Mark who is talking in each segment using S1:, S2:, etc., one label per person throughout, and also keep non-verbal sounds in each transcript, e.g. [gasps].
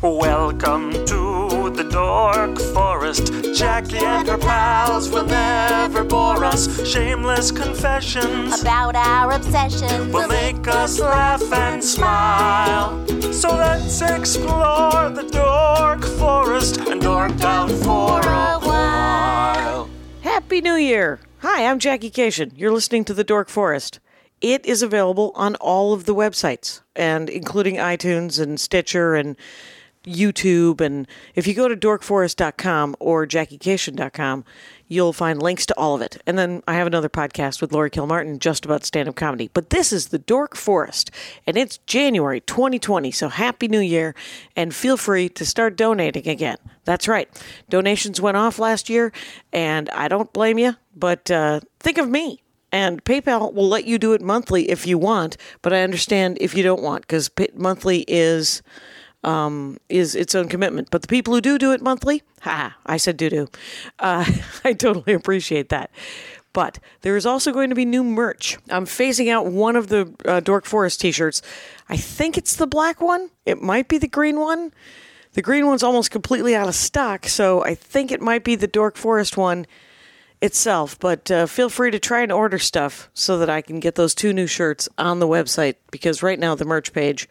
S1: Welcome to the Dork Forest. Jackie and her pals will never bore us. Shameless confessions
S2: about our obsession.
S1: will make us laugh and smile. So let's explore the Dork Forest and dork out for a while.
S3: Happy New Year! Hi, I'm Jackie Cation. You're listening to The Dork Forest. It is available on all of the websites, and including iTunes and Stitcher and YouTube. And if you go to dorkforest.com or jackiecation.com, you'll find links to all of it. And then I have another podcast with Laurie Kilmartin just about stand up comedy. But this is The Dork Forest, and it's January 2020. So happy new year, and feel free to start donating again. That's right. Donations went off last year, and I don't blame you, but uh, think of me. And PayPal will let you do it monthly if you want, but I understand if you don't want because monthly is um, is its own commitment. But the people who do do it monthly, ha, I said do do. Uh, [laughs] I totally appreciate that. But there is also going to be new merch. I'm phasing out one of the uh, Dork Forest t shirts. I think it's the black one, it might be the green one. The green one's almost completely out of stock, so I think it might be the Dork Forest one itself, but uh, feel free to try and order stuff so that I can get those two new shirts on the website because right now the merch page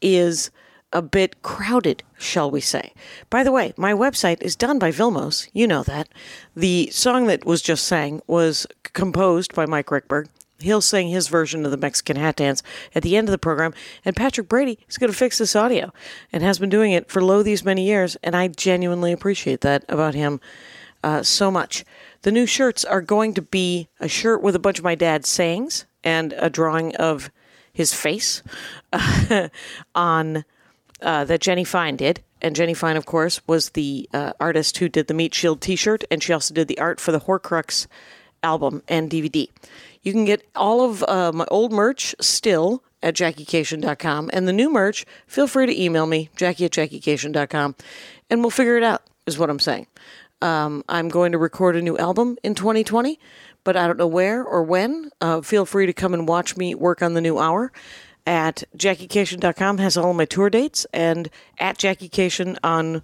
S3: is a bit crowded, shall we say. By the way, my website is done by Vilmos. You know that. The song that was just sang was composed by Mike Rickberg. He'll sing his version of the Mexican hat dance at the end of the program. And Patrick Brady is going to fix this audio and has been doing it for lo these many years. And I genuinely appreciate that about him uh, so much. The new shirts are going to be a shirt with a bunch of my dad's sayings and a drawing of his face [laughs] on uh, that Jenny Fine did. And Jenny Fine, of course, was the uh, artist who did the Meat Shield t shirt, and she also did the art for the Horcrux album and DVD. You can get all of uh, my old merch still at jackiecation.com, and the new merch, feel free to email me, jackie at jackiecation.com, and we'll figure it out, is what I'm saying. Um, I'm going to record a new album in 2020, but I don't know where or when. Uh, feel free to come and watch me work on the new hour at jackiecation.com has all my tour dates and at jackiecation on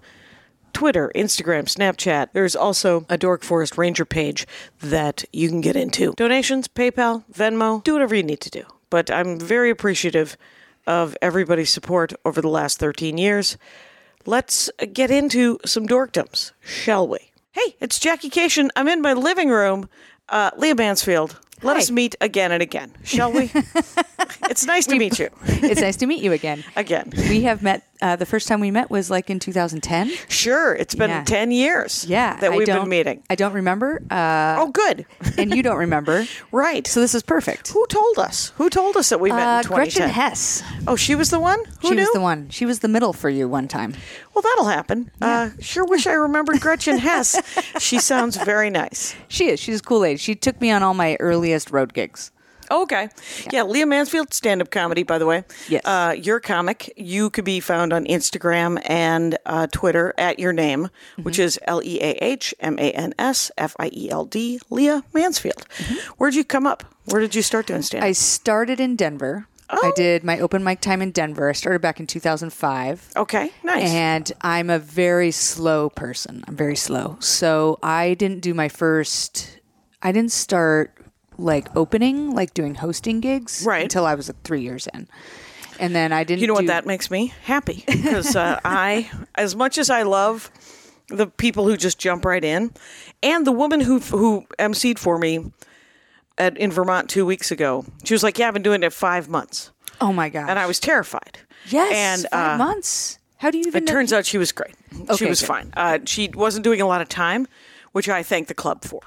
S3: Twitter, Instagram, Snapchat. There's also a Dork Forest Ranger page that you can get into. Donations, PayPal, Venmo, do whatever you need to do. But I'm very appreciative of everybody's support over the last 13 years. Let's get into some dorkdoms, shall we? Hey, it's Jackie Cation. I'm in my living room. Uh, Leah Mansfield, let
S4: Hi.
S3: us meet again and again, shall
S4: [laughs]
S3: we? it's nice to meet you
S4: it's nice to meet you again.
S3: again.
S4: We have met. Uh, the first time we met was like in 2010.
S3: Sure, it's been
S4: Yeah.
S3: 10 years
S4: Yeah,
S3: that
S4: I
S3: we've been
S4: don't-
S3: meeting.
S4: I don't remember, uh,
S3: oh, good.
S4: and you don't [laughs] remember,
S3: Right.
S4: so this is perfect.
S3: who told us? Who told us that we met
S4: Uh,
S3: in 2010?
S4: Gretchen Hess.
S3: Oh, she was the one? Who
S4: she
S3: knew?
S4: was the one. She was the middle for you one time.
S3: Well, that'll happen. Uh, sure wish I remembered Gretchen
S4: [laughs]
S3: Hess. She sounds very nice.
S4: She is. She's Kool Aid. She took me on all my earliest road gigs.
S3: Okay. Yeah, Leah Mansfield, stand up comedy, by the way.
S4: Yes.
S3: Uh, you're a comic. You could be found on Instagram and uh, Twitter at your name,
S4: Mm-hmm.
S3: which is L E A H M A N S F I E L D, Leah Mansfield. Where'd you come up? Where did you start doing stand up?
S4: Mm-hmm. I started in Denver. I did my open mic time in Denver. I started back in 2005.
S3: Okay, nice.
S4: And I'm a very slow person. I'm very slow. So I didn't do my first, I didn't start like opening, like doing hosting gigs
S3: Right.
S4: until I was like, three years in. And then I didn't
S3: you know
S4: do-
S3: what that makes me [laughs] happy because uh, I, as much as I love the people who just jump right in, and the woman who who emceed for me at in Vermont two weeks ago, she was like, "Yeah, I've been doing it five months,"
S4: Oh my God.
S3: and I was terrified.
S4: Yes.
S3: and
S4: five
S3: uh,
S4: months. How do you even
S3: it
S4: know-
S3: turns out she was great. she
S4: Okay,
S3: was
S4: good.
S3: fine. Uh, she wasn't doing a lot of time, which I thank the club for,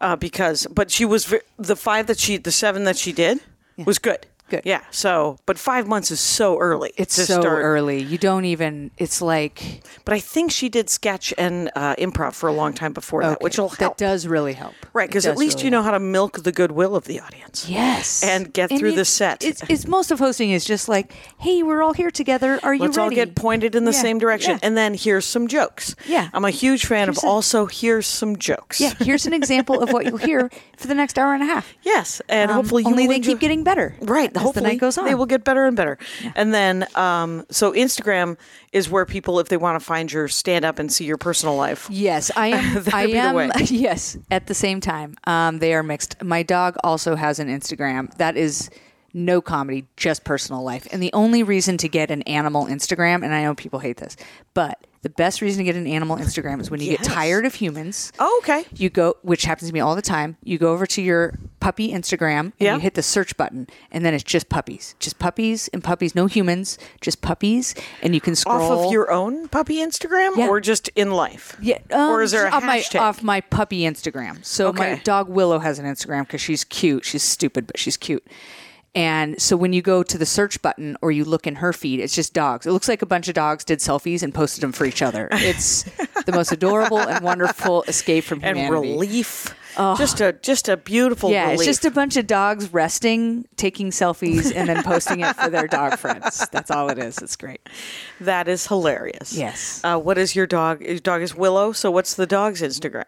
S3: uh, because but she was ve- the five that she the seven that she did was good.
S4: Good.
S3: Yeah. So, but five months is so early.
S4: It's
S3: to
S4: so
S3: start-
S4: early. You don't even, it's like,
S3: But I think she did sketch and uh, improv for a long time before that,
S4: okay,
S3: Uh, which will help.
S4: That does really help.
S3: right,
S4: It
S3: because at
S4: does
S3: least
S4: really
S3: you know
S4: help.
S3: how to milk the goodwill of the audience.
S4: Yes.
S3: And get through the
S4: it's-
S3: set.
S4: It's, it's most of hosting is just like, hey, we're all here together. Are you
S3: Let's all
S4: ready?
S3: get pointed in the
S4: Yeah,
S3: same direction.
S4: yeah.
S3: And then here's some jokes.
S4: Yeah.
S3: I'm a huge fan
S4: Here's
S3: of
S4: a-
S3: also here's some jokes.
S4: Yeah, here's an example of what you'll hear for the next hour and a half.
S3: Yes. And
S4: Um,
S3: hopefully you
S4: only
S3: will
S4: they
S3: enjoy-
S4: keep getting better.
S3: Right. hopefully
S4: night goes on.
S3: they will get better and better. And then, um, so Instagram is where people, if they want to find your stand up and see your personal life.
S4: Yes,
S3: [laughs]
S4: I am.
S3: That'd
S4: I
S3: be the
S4: am.
S3: way.
S4: [laughs] Yes, at the same time, um, they are mixed. My dog also has an Instagram that is no comedy, just personal life. And the only reason to get an animal Instagram, and I know people hate this, but the best reason to get an animal Instagram is when you
S3: Yes.
S4: get tired of humans.
S3: Oh, okay.
S4: You go, which happens to me all the time. You go over to your puppy Instagram and
S3: Yeah.
S4: you hit the search button, and then it's just puppies, just puppies and puppies, no humans, just puppies, and you can scroll
S3: Off of your own puppy Instagram
S4: Yeah.
S3: or just in life?
S4: yeah,
S3: or
S4: um,
S3: is there a
S4: off my,
S3: hashtag?
S4: off my puppy Instagram? So my
S3: Okay.
S4: dog Willow has an Instagram because she's cute. She's stupid, but she's cute. And so when you go to the search button or you look in her feed, it's just dogs. It looks like a bunch of dogs did selfies and posted them for each other.
S3: [laughs]
S4: It's the most adorable and wonderful escape from
S3: and
S4: humanity. Oh.
S3: relief. Just a just a beautiful
S4: Yeah,
S3: relief.
S4: it's just a bunch of dogs resting, taking selfies, and then posting it for their dog friends. That's all it is. It's great.
S3: that is hilarious.
S4: Yes.
S3: Uh, what is your dog? Your dog is Willow. So what's the dog's Instagram?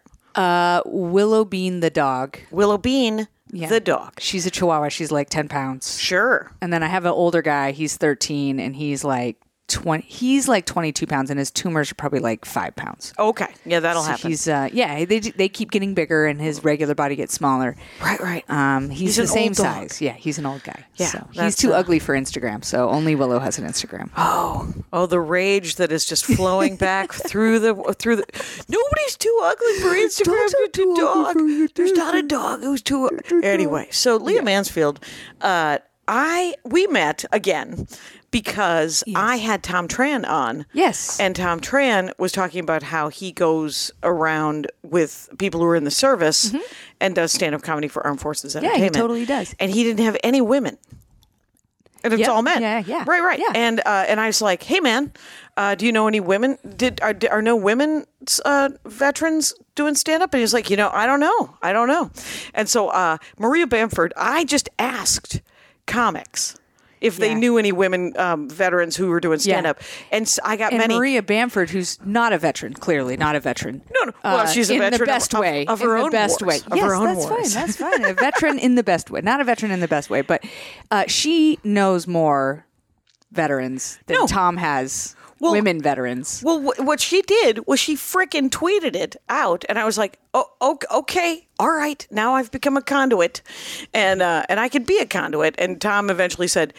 S4: Willow Bean the dog.
S3: Willow Bean,
S4: Yeah.
S3: the dog.
S4: She's a chihuahua. She's like 10 pounds.
S3: Sure.
S4: And then I have an older guy. He's 13 and he's like 20. He's like 22 pounds and his tumors are probably like five pounds.
S3: Okay. Yeah, that'll
S4: So
S3: happen.
S4: He's uh, yeah. They they keep getting bigger and his regular body gets smaller.
S3: right. Right.
S4: Um, he's,
S3: He's an
S4: the same
S3: old dog.
S4: size. Yeah, he's an old guy.
S3: Yeah,
S4: so
S3: that's,
S4: he's too
S3: uh,
S4: ugly for Instagram. So only Willow has an Instagram.
S3: [gasps] Oh, the rage that is just flowing
S4: [laughs]
S3: back through the through the. Nobody's too ugly for Instagram.
S4: Dogs are
S3: but
S4: too
S3: the
S4: ugly
S3: dog.
S4: for your
S3: There's not a dog who's too. Anyway, so Leah Mansfield, uh, I we met again because I had Tom Tran on.
S4: Yes.
S3: and Tom Tran was talking about how he goes around with people who are in the service and does stand up comedy for Armed Forces
S4: Mm-hmm. he
S3: Entertainment.
S4: totally does.
S3: And he didn't have any women. And it's
S4: Yep.
S3: all men.
S4: Yeah, yeah.
S3: Right, right.
S4: Yeah.
S3: And uh, and I was like, hey man, uh, do you know any women? Did are, are no women uh, veterans doing stand up? And he's like, you know, I don't know, I don't know. And so uh, Maria Bamford, I just asked comics if they
S4: Yeah.
S3: knew any women um, veterans who were doing stand up, and s- I got
S4: and
S3: many.
S4: Maria Bamford, who's not a veteran, clearly not a veteran. uh,
S3: No, no. Well, she's a
S4: in the
S3: veteran of-
S4: best
S3: of-
S4: way
S3: of her
S4: in
S3: own
S4: the best
S3: wars,
S4: way.
S3: of
S4: yes,
S3: her own
S4: that's
S3: wars. [laughs]
S4: fine. That's fine. A veteran in the best way, not a veteran in the best way, but uh, she knows more veterans than
S3: No.
S4: Tom has
S3: Well-
S4: women veterans.
S3: Well, wh- what she did was she frickin' tweeted it out, and I was like, "Oh, ok- okay, all right. Now I've become a conduit, and uh, and I could be a conduit." And Tom eventually said,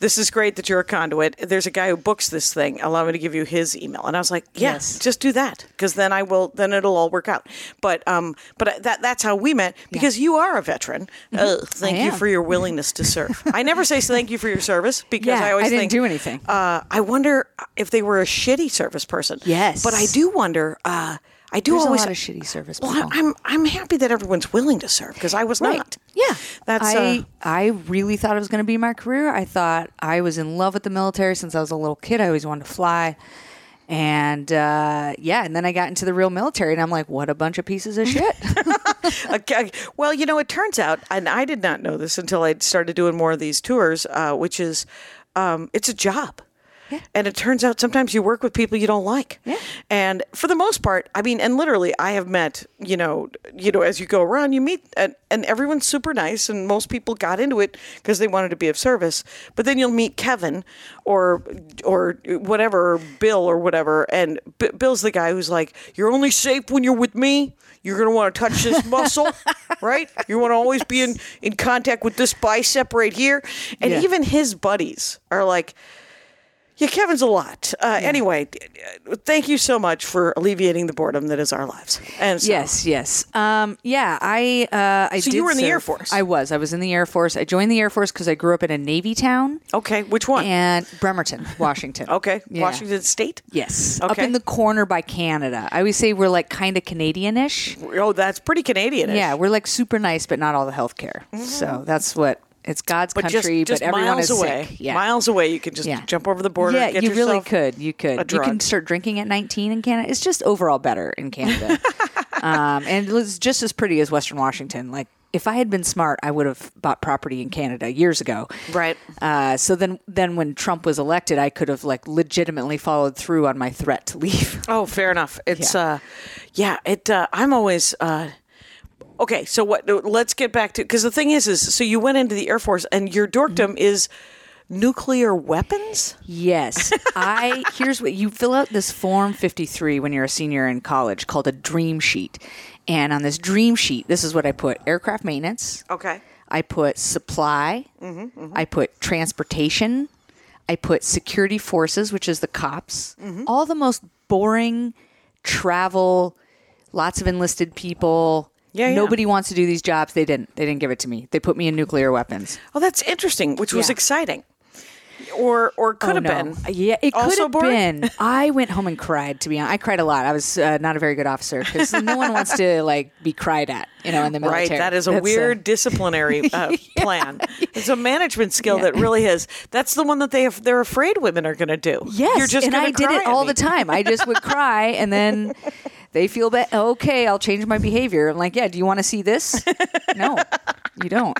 S3: "This is great that you're a conduit. There's a guy who books this thing. Allow me to give you his email." And I was like, yeah,
S4: Yes.
S3: just do that, because then I will. Then it'll all work out." But um, but I- that that's how we met because you are a veteran. Oh, thank you
S4: Mm-hmm. am.
S3: for your willingness to serve. I never say thank you for your service because
S4: Yeah,
S3: I always
S4: I didn't
S3: think,
S4: do anything.
S3: uh, I wonder if they were a shitty service person.
S4: Yes.
S3: but I do wonder. Uh, I do
S4: There's a
S3: always
S4: lot of shitty service
S3: Well,
S4: people.
S3: I- I'm I'm happy that everyone's willing to serve because I was not.
S4: Yeah.
S3: that's
S4: I
S3: uh,
S4: I really thought it was going to be my career. I thought I was in love with the military since I was a little kid. I always wanted to fly. And uh, yeah, and then I got into the real military and I'm like, what a bunch of pieces of shit. [laughs]
S3: Okay. Well, you know, it turns out, and I did not know this until I started doing more of these tours, uh, which is um, it's a job. And it turns out sometimes you work with people you don't like.
S4: Yeah.
S3: And for the most part, I mean, and literally, I have met, you know, you know, as you go around, you meet, and, and everyone's super nice, and most people got into it because they wanted to be of service. But then you'll meet Kevin, or or whatever, or Bill, or whatever, and B- Bill's the guy who's like, "You're only safe when you're with me. You're gonna want to touch this
S4: [laughs]
S3: muscle, right? You want to always be in in contact with this bicep right here." And
S4: Yeah.
S3: even his buddies are like. Yeah, Kevin's a lot. Uh, Anyway, thank you so much for alleviating the boredom that is our lives. And so,
S4: Yes, yes. Um, yeah, I uh, I
S3: So you
S4: did
S3: were in the Air
S4: serve.
S3: Force?
S4: I was. I was in the Air Force. I joined the Air Force because I grew up in a Navy town
S3: Okay, which one?
S4: and
S3: [laughs]
S4: Bremerton, Washington.
S3: okay,
S4: Yeah.
S3: Washington State.
S4: Yes, up
S3: Okay.
S4: in the corner by Canada. I always say we're like kind of Canadian-ish.
S3: Oh, that's pretty Canadian.
S4: Yeah, we're like super nice, but not all the health care. So that's what it's God's
S3: Mm-hmm. but just,
S4: country,
S3: just
S4: but everyone
S3: miles
S4: is
S3: away.
S4: sick. Yeah.
S3: Miles away, you can just
S4: Yeah.
S3: jump over the border.
S4: Yeah,
S3: and get
S4: you really
S3: yourself-
S4: could. You could. You can
S3: drug.
S4: start drinking at 19 in Canada. It's just overall better in [laughs] Canada, um, and it was just as pretty as Western Washington. Like if I had been smart, I would have bought property in Canada years ago.
S3: Right.
S4: Uh, so then, then when Trump was elected, I could have like legitimately followed through on my threat to leave. [laughs]
S3: Oh, fair enough. It's
S4: Yeah.
S3: uh, yeah. It. Uh, I'm always uh, okay, so what? Let's get back to because the thing is, is so you went into the Air Force and your dorkdom
S4: Mm-hmm.
S3: is nuclear weapons.
S4: Yes. I here's what you fill out this form 53 when you're a senior in college called a dream sheet. And on this dream sheet, this is what I put aircraft maintenance.
S3: Okay.
S4: I put supply.
S3: Mm-hmm,
S4: I put transportation. I put security forces, which is the cops.
S3: Mm-hmm.
S4: All the most boring travel, lots of enlisted people.
S3: Yeah, yeah.
S4: Nobody wants to do these jobs. They didn't. They didn't give it to me. They put me in nuclear weapons.
S3: Oh, that's interesting, which was
S4: Yeah.
S3: exciting, or or could
S4: Oh,
S3: have
S4: no.
S3: been.
S4: Yeah, it could
S3: Also
S4: have
S3: boring? [laughs]
S4: been. I went home and cried. To be honest, I cried a lot. I was uh, not a very good officer because no one wants to like be cried at, you know, in the military.
S3: Right, that is a
S4: That's, uh,
S3: weird disciplinary
S4: [laughs]
S3: uh, plan. It's a management skill that really is. That's the one that they they're afraid women are going to do.
S4: yes,
S3: you're just
S4: and
S3: gonna
S4: I did
S3: cry
S4: it
S3: at
S4: all
S3: me. [laughs]
S4: the time. I just would cry, and then they feel bad. Okay, I'll change my behavior. I'm like, yeah. Do you want to see
S3: [laughs]
S4: this? no, you don't.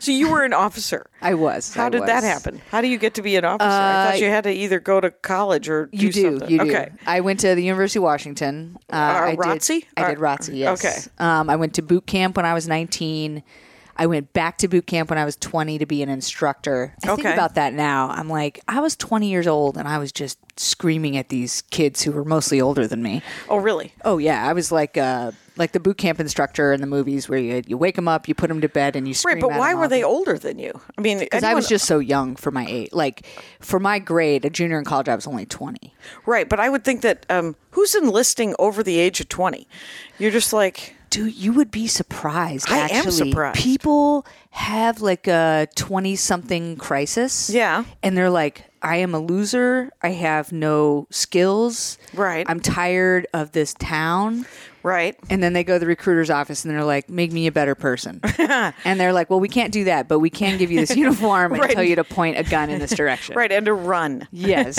S3: So you were an officer.
S4: I was.
S3: How
S4: I
S3: did that
S4: was. Uh,
S3: happen? How do you get to be an officer? I thought you had to either go to college or do
S4: You do.
S3: something.
S4: You do.
S3: Okay.
S4: I went to the University of Washington. Uh, I did-
S3: ROTC?
S4: I did
S3: Or-
S4: ROTC. Yes.
S3: Uh, okay.
S4: Um, I went to boot camp when I was 19. I went back to boot camp when I was 20 to be an instructor. I
S3: Okay.
S4: think about that now. I'm like, I was 20 years old and I was just screaming at these kids who were mostly older than me.
S3: Oh, really?
S4: Oh yeah, I was like, uh, like the boot camp instructor in the movies where you you wake them up, you put them to bed, and you scream.
S3: Right, but
S4: at
S3: why
S4: 'em
S3: were
S4: all
S3: they
S4: day.
S3: older than you? I mean,
S4: Because I was
S3: anyone-
S4: just so young for my age. Like for my grade, a junior in college, I was only 20.
S3: right. But I would think that um, who's enlisting over the age of twenty? You're just like
S4: Dude, you would be surprised.
S3: I am
S4: actually.
S3: surprised.
S4: People have like a 20 something crisis.
S3: Yeah.
S4: And they're like, I am a loser. I have no skills.
S3: Right.
S4: I'm tired of this town.
S3: right.
S4: And then they go to the recruiter's office and they're like, make me a
S3: [laughs]
S4: better person. and they're like, well, we can't do that, but we can give you this uniform and
S3: Right.
S4: tell you to point a gun in this direction.
S3: [laughs] Right, and to run.
S4: Yes,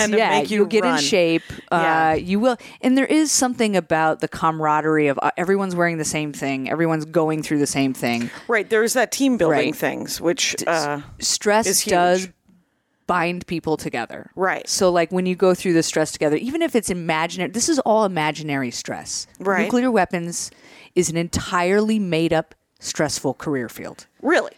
S3: [laughs] and to
S4: yeah,
S3: make
S4: will get in
S3: run.
S4: shape.
S3: Yeah.
S4: Uh, you will, and there is something about the camaraderie of uh, everyone's wearing the same thing, everyone's going through the same thing.
S3: Right, there's that team building
S4: Right.
S3: things, which uh, It's
S4: Stress
S3: huge.
S4: does bind people together,
S3: Right.
S4: So, like when you go through the stress together, even if it's imaginary, this is all imaginary stress.
S3: Right.
S4: Nuclear weapons is an entirely made up stressful career field
S3: really.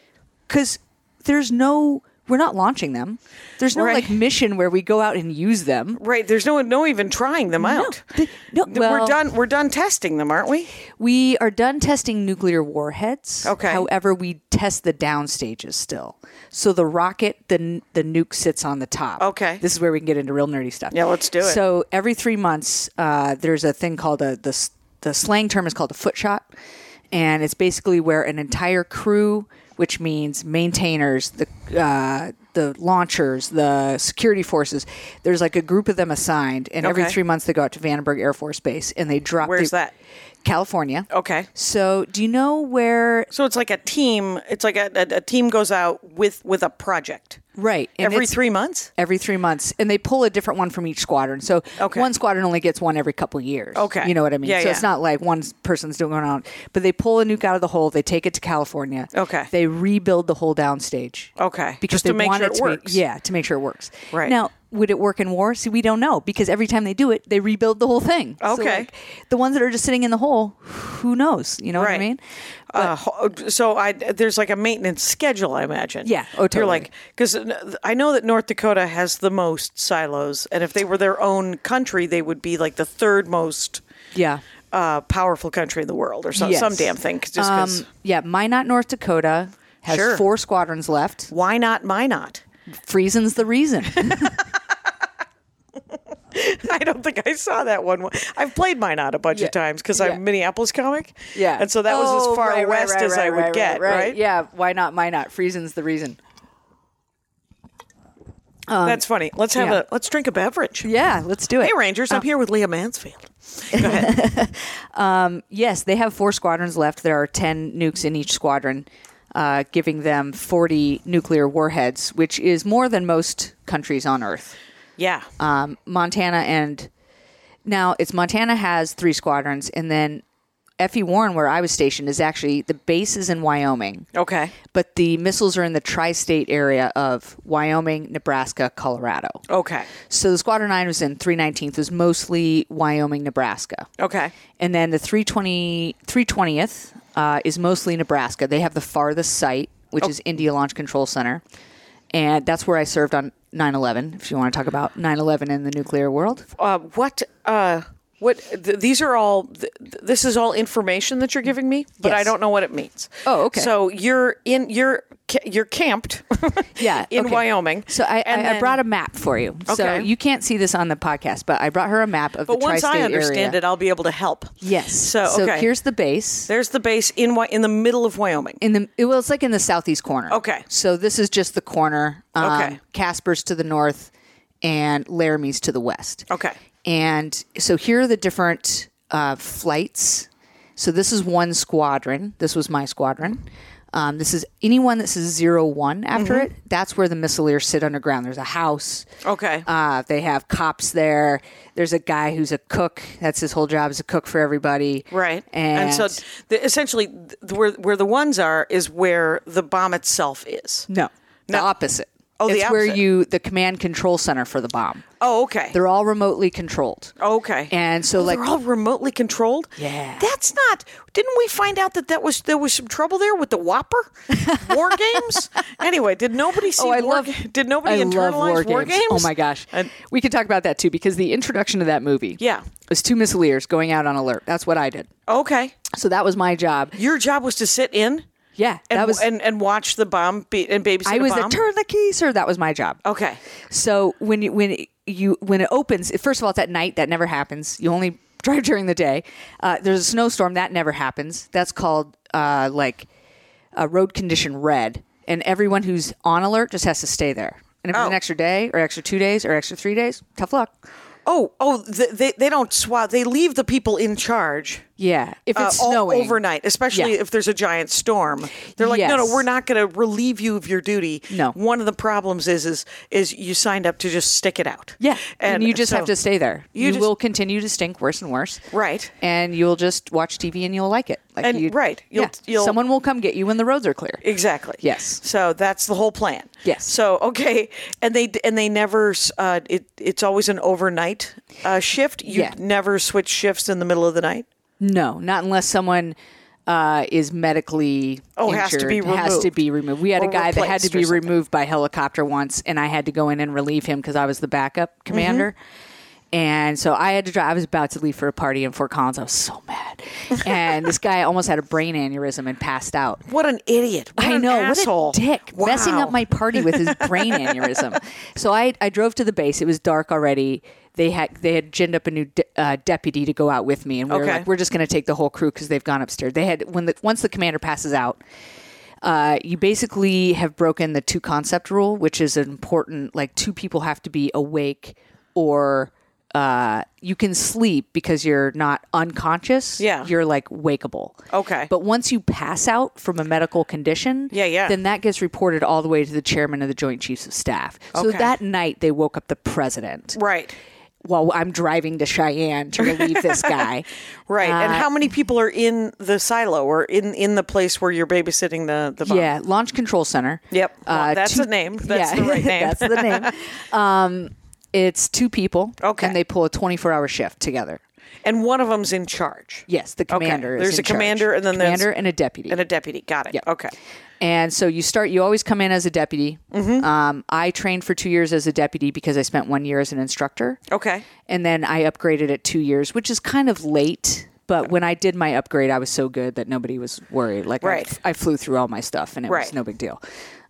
S4: because there's no. We're not launching them. There's no
S3: Right.
S4: like mission where we go out and use them.
S3: Right, there's no no even trying them out.
S4: they- no,
S3: Th- we're
S4: well-
S3: done. We're done testing them, aren't we?
S4: We are done testing nuclear warheads.
S3: Okay.
S4: However, we test the down stages still. So the rocket, the n- the nuke sits on the top.
S3: Okay.
S4: This is where we can get into real nerdy stuff.
S3: Yeah, let's do it.
S4: So every three months, uh, there's a thing called a the s- the slang term is called a foot shot, and it's basically where an entire crew, which means maintainers, the uh, the launchers, the security forces. There's like a group of them assigned, and every
S3: Okay.
S4: three months they go out to Vandenberg Air Force Base and they drop.
S3: Where's
S4: the-
S3: that?
S4: California.
S3: Okay.
S4: So, do you know where?
S3: So it's like a team. It's like a, a, a team goes out with with a project
S4: Right. and
S3: every
S4: it's-
S3: three months.
S4: Every three months, and they pull a different one from each squadron. So
S3: Okay.
S4: one squadron only gets one every couple of years.
S3: Okay.
S4: you know what I mean.
S3: Yeah,
S4: so it's
S3: yeah.
S4: not like one person's doing going on, but they pull a nuke out of the hole. They take it to California.
S3: Okay.
S4: they rebuild the whole downstage.
S3: Okay.
S4: because
S3: Just to
S4: they
S3: make
S4: want
S3: sure it
S4: to be-
S3: works.
S4: yeah, to make sure it works.
S3: Right.
S4: now, would it work in war? See, we don't know because every time they do it, they rebuild the whole thing. So,
S3: Okay.
S4: like, the ones that are just sitting in the hole, who knows? You know what I
S3: Right.
S4: mean?
S3: Uh, ho- so I there's like a maintenance schedule, I imagine.
S4: Yeah. Oh,
S3: You're
S4: totally.
S3: like because I know that North Dakota has the most silos, and if they were their own country, they would be like the third most
S4: Yeah.
S3: uh, powerful country in the world, or some,
S4: Yes.
S3: some damn thing. 'cause- Just 'cause-
S4: Um, yeah, Minot, North Dakota has
S3: Sure.
S4: four squadrons left.
S3: why not? My not?
S4: Friesen's the reason.
S3: [laughs] I don't think I saw that one. I've played mine out a bunch
S4: Yeah.
S3: of times because
S4: Yeah.
S3: I'm Minneapolis comic.
S4: Yeah,
S3: And so that was
S4: Oh,
S3: as far
S4: right, right,
S3: west
S4: right,
S3: as I
S4: right,
S3: would
S4: right,
S3: get, right?
S4: Yeah, why not? Minot? Friesen's the reason.
S3: That's funny. Let's have
S4: yeah.
S3: a let's drink a beverage.
S4: Yeah, let's do it.
S3: Hey Rangers, I'm here with Leah Mansfield.
S4: Yes, they have four squadrons left. There are 10 nukes in each squadron, uh, giving them 40 nuclear warheads, which is more than most countries on Earth.
S3: Yeah.
S4: Um, Montana and now it's Montana has three squadrons, and then Effie Warren, where I was stationed, is actually the base is in Wyoming.
S3: okay.
S4: but the missiles are in the tri-state area of Wyoming, Nebraska, Colorado.
S3: Okay.
S4: So the squadron I was in 319th was mostly Wyoming, Nebraska.
S3: Okay.
S4: And then the 320 320th uh, is mostly Nebraska. They have the farthest site,
S3: Oh.
S4: which is India Launch Control Center. And that's where I served on 9 11, if you want to talk about 9 11 in the nuclear world.
S3: Uh, what? Uh, what? Th- these are all. Th- this is all information that you're giving me, but I
S4: Yes.
S3: don't know what it means.
S4: Oh, okay.
S3: So you're in. You're ca- you're camped.
S4: Yeah,
S3: [laughs] in
S4: okay.
S3: Wyoming.
S4: So I,
S3: And
S4: I, I
S3: then-
S4: brought a map for you. So
S3: Okay.
S4: you can't see this on the podcast, but I brought her a map of
S3: But
S4: the
S3: once
S4: tri-state
S3: I understand
S4: area.
S3: it, I'll be able to help.
S4: yes.
S3: So, okay.
S4: here's the base.
S3: There's the base in Wy- in the middle of Wyoming.
S4: in the it- well, it's like in the southeast corner.
S3: Okay.
S4: So this is just the corner. Um,
S3: Okay.
S4: Casper's to the north, and Laramie's to the west.
S3: Okay.
S4: And so here are the different uh, flights. So this is one squadron. This was my squadron. Um, this is anyone that says zero one after
S3: Mm-hmm.
S4: it. That's where the missileers sit underground. There's a house.
S3: Okay.
S4: Uh, they have cops there. There's a guy who's a cook. That's his whole job is a cook for everybody.
S3: Right.
S4: And,
S3: so the, essentially, th- where where the ones are is where the bomb itself is.
S4: No, the
S3: No.
S4: opposite.
S3: Oh, the
S4: it's where
S3: opposite.
S4: you the command control center for the bomb.
S3: Oh, okay.
S4: They're all remotely controlled.
S3: okay.
S4: And so
S3: Oh,
S4: like
S3: they're all remotely controlled.
S4: Yeah.
S3: That's not. Didn't we find out that that was there was some trouble there with the Whopper
S4: [laughs]
S3: war games? Anyway, did nobody see?
S4: Oh, I
S3: war,
S4: love.
S3: ga- Did nobody
S4: I
S3: internalize
S4: love war, games.
S3: games?
S4: Oh my gosh,
S3: And-
S4: we could talk about that too because the introduction to that movie,
S3: Yeah.
S4: was two missileers going out on alert. That's what I did.
S3: okay.
S4: So that was my job.
S3: Your job was to sit in.
S4: Yeah,
S3: And,
S4: that was.
S3: and, and watch the bomb be, and babysit
S4: I was
S3: a bomb.
S4: the turn the key, sir. That was my job.
S3: Okay.
S4: So when you when you when it opens, first of all, it's at night. That never happens. You only [laughs] drive during the day. Uh, there's a snowstorm. That never happens. That's called uh, like uh, road condition red. And everyone who's on alert just has to stay there. And if it's an
S3: Oh.
S4: extra day or extra two days or extra three days, tough luck.
S3: Oh, oh, th- they they don't swat. They leave the people in charge.
S4: Yeah. If
S3: uh,
S4: it's
S3: all
S4: snowing
S3: overnight, especially
S4: Yeah.
S3: if there's a giant storm. They're like, no, no,
S4: Yes.
S3: we're not going to relieve you of your duty.
S4: No.
S3: One of the problems is is is you signed up to just stick it out.
S4: Yeah. And, you just
S3: so-
S4: have to stay there. You,
S3: you just-
S4: will continue to stink worse and worse.
S3: Right.
S4: And you'll just watch TV and you'll like it. Like
S3: And-
S4: you,
S3: right. You'll-
S4: yeah.
S3: you'll-
S4: Someone will come get you when the roads are clear.
S3: Exactly.
S4: Yes.
S3: So that's the whole plan.
S4: Yes.
S3: So okay, and they and they never. Uh, it it's always an overnight uh, shift. You
S4: Yeah.
S3: never switch shifts in the middle of the night.
S4: No, not unless someone uh, is medically
S3: Oh,
S4: injured.
S3: has to be
S4: Has to
S3: removed.
S4: be removed. We had a
S3: Or
S4: guy that had
S3: replaced
S4: to
S3: or
S4: be
S3: something.
S4: removed by helicopter once, and I had to go in and relieve him because I was the
S3: Mm-hmm.
S4: backup commander. And so I had to drive. I was about to leave for a party in Fort Collins. I was so
S3: [laughs]
S4: mad. And this guy almost had a brain aneurysm and passed out.
S3: What an idiot! What
S4: I
S3: an
S4: know,
S3: asshole.
S4: what a dick, messing
S3: Wow.
S4: up my party with
S3: [laughs]
S4: his brain aneurysm. So I, I drove to the base. It was dark already. They had they had ginned up a new de- uh, deputy to go out with me, and we were
S3: Okay.
S4: like, we're just going to take the whole crew because they've gone upstairs. They had when the, once the commander passes out, uh, you basically have broken the two concept rule, which is an important. Like two people have to be awake, or uh, you can sleep because you're not unconscious.
S3: Yeah.
S4: you're like wakeable.
S3: Okay.
S4: but once you pass out from a medical condition,
S3: Yeah, yeah.
S4: then that gets reported all the way to the chairman of the Joint Chiefs of Staff. So
S3: Okay.
S4: that night they woke up the president.
S3: Right.
S4: While I'm driving to Cheyenne to relieve
S3: [laughs]
S4: this guy.
S3: Right. and
S4: Uh,
S3: how many people are in the silo or in in the place where you're babysitting the the bomb?
S4: Yeah, Launch Control Center. Uh,
S3: Yep. Well, that's the name. That's the
S4: [laughs]
S3: right name.
S4: that's the name.
S3: [laughs]
S4: Um, it's two people.
S3: Okay.
S4: And they pull a 24 hour shift together.
S3: And one of them's in charge.
S4: Yes, the
S3: Okay.
S4: commander. is
S3: There's
S4: in
S3: a commander
S4: charge.
S3: and then there's-
S4: commander and a deputy.
S3: And a deputy. Got it.
S4: Yep.
S3: Okay.
S4: And so you start. You always come in as a deputy.
S3: Mm-hmm.
S4: Um, I trained for two years as a deputy because I spent one year as an instructor.
S3: Okay.
S4: And then I upgraded at two years, which is kind of late. But when I did my upgrade, I was so good that nobody was worried. Like I-
S3: Right.
S4: I, flew through all my stuff, and it was
S3: Right.
S4: no big deal.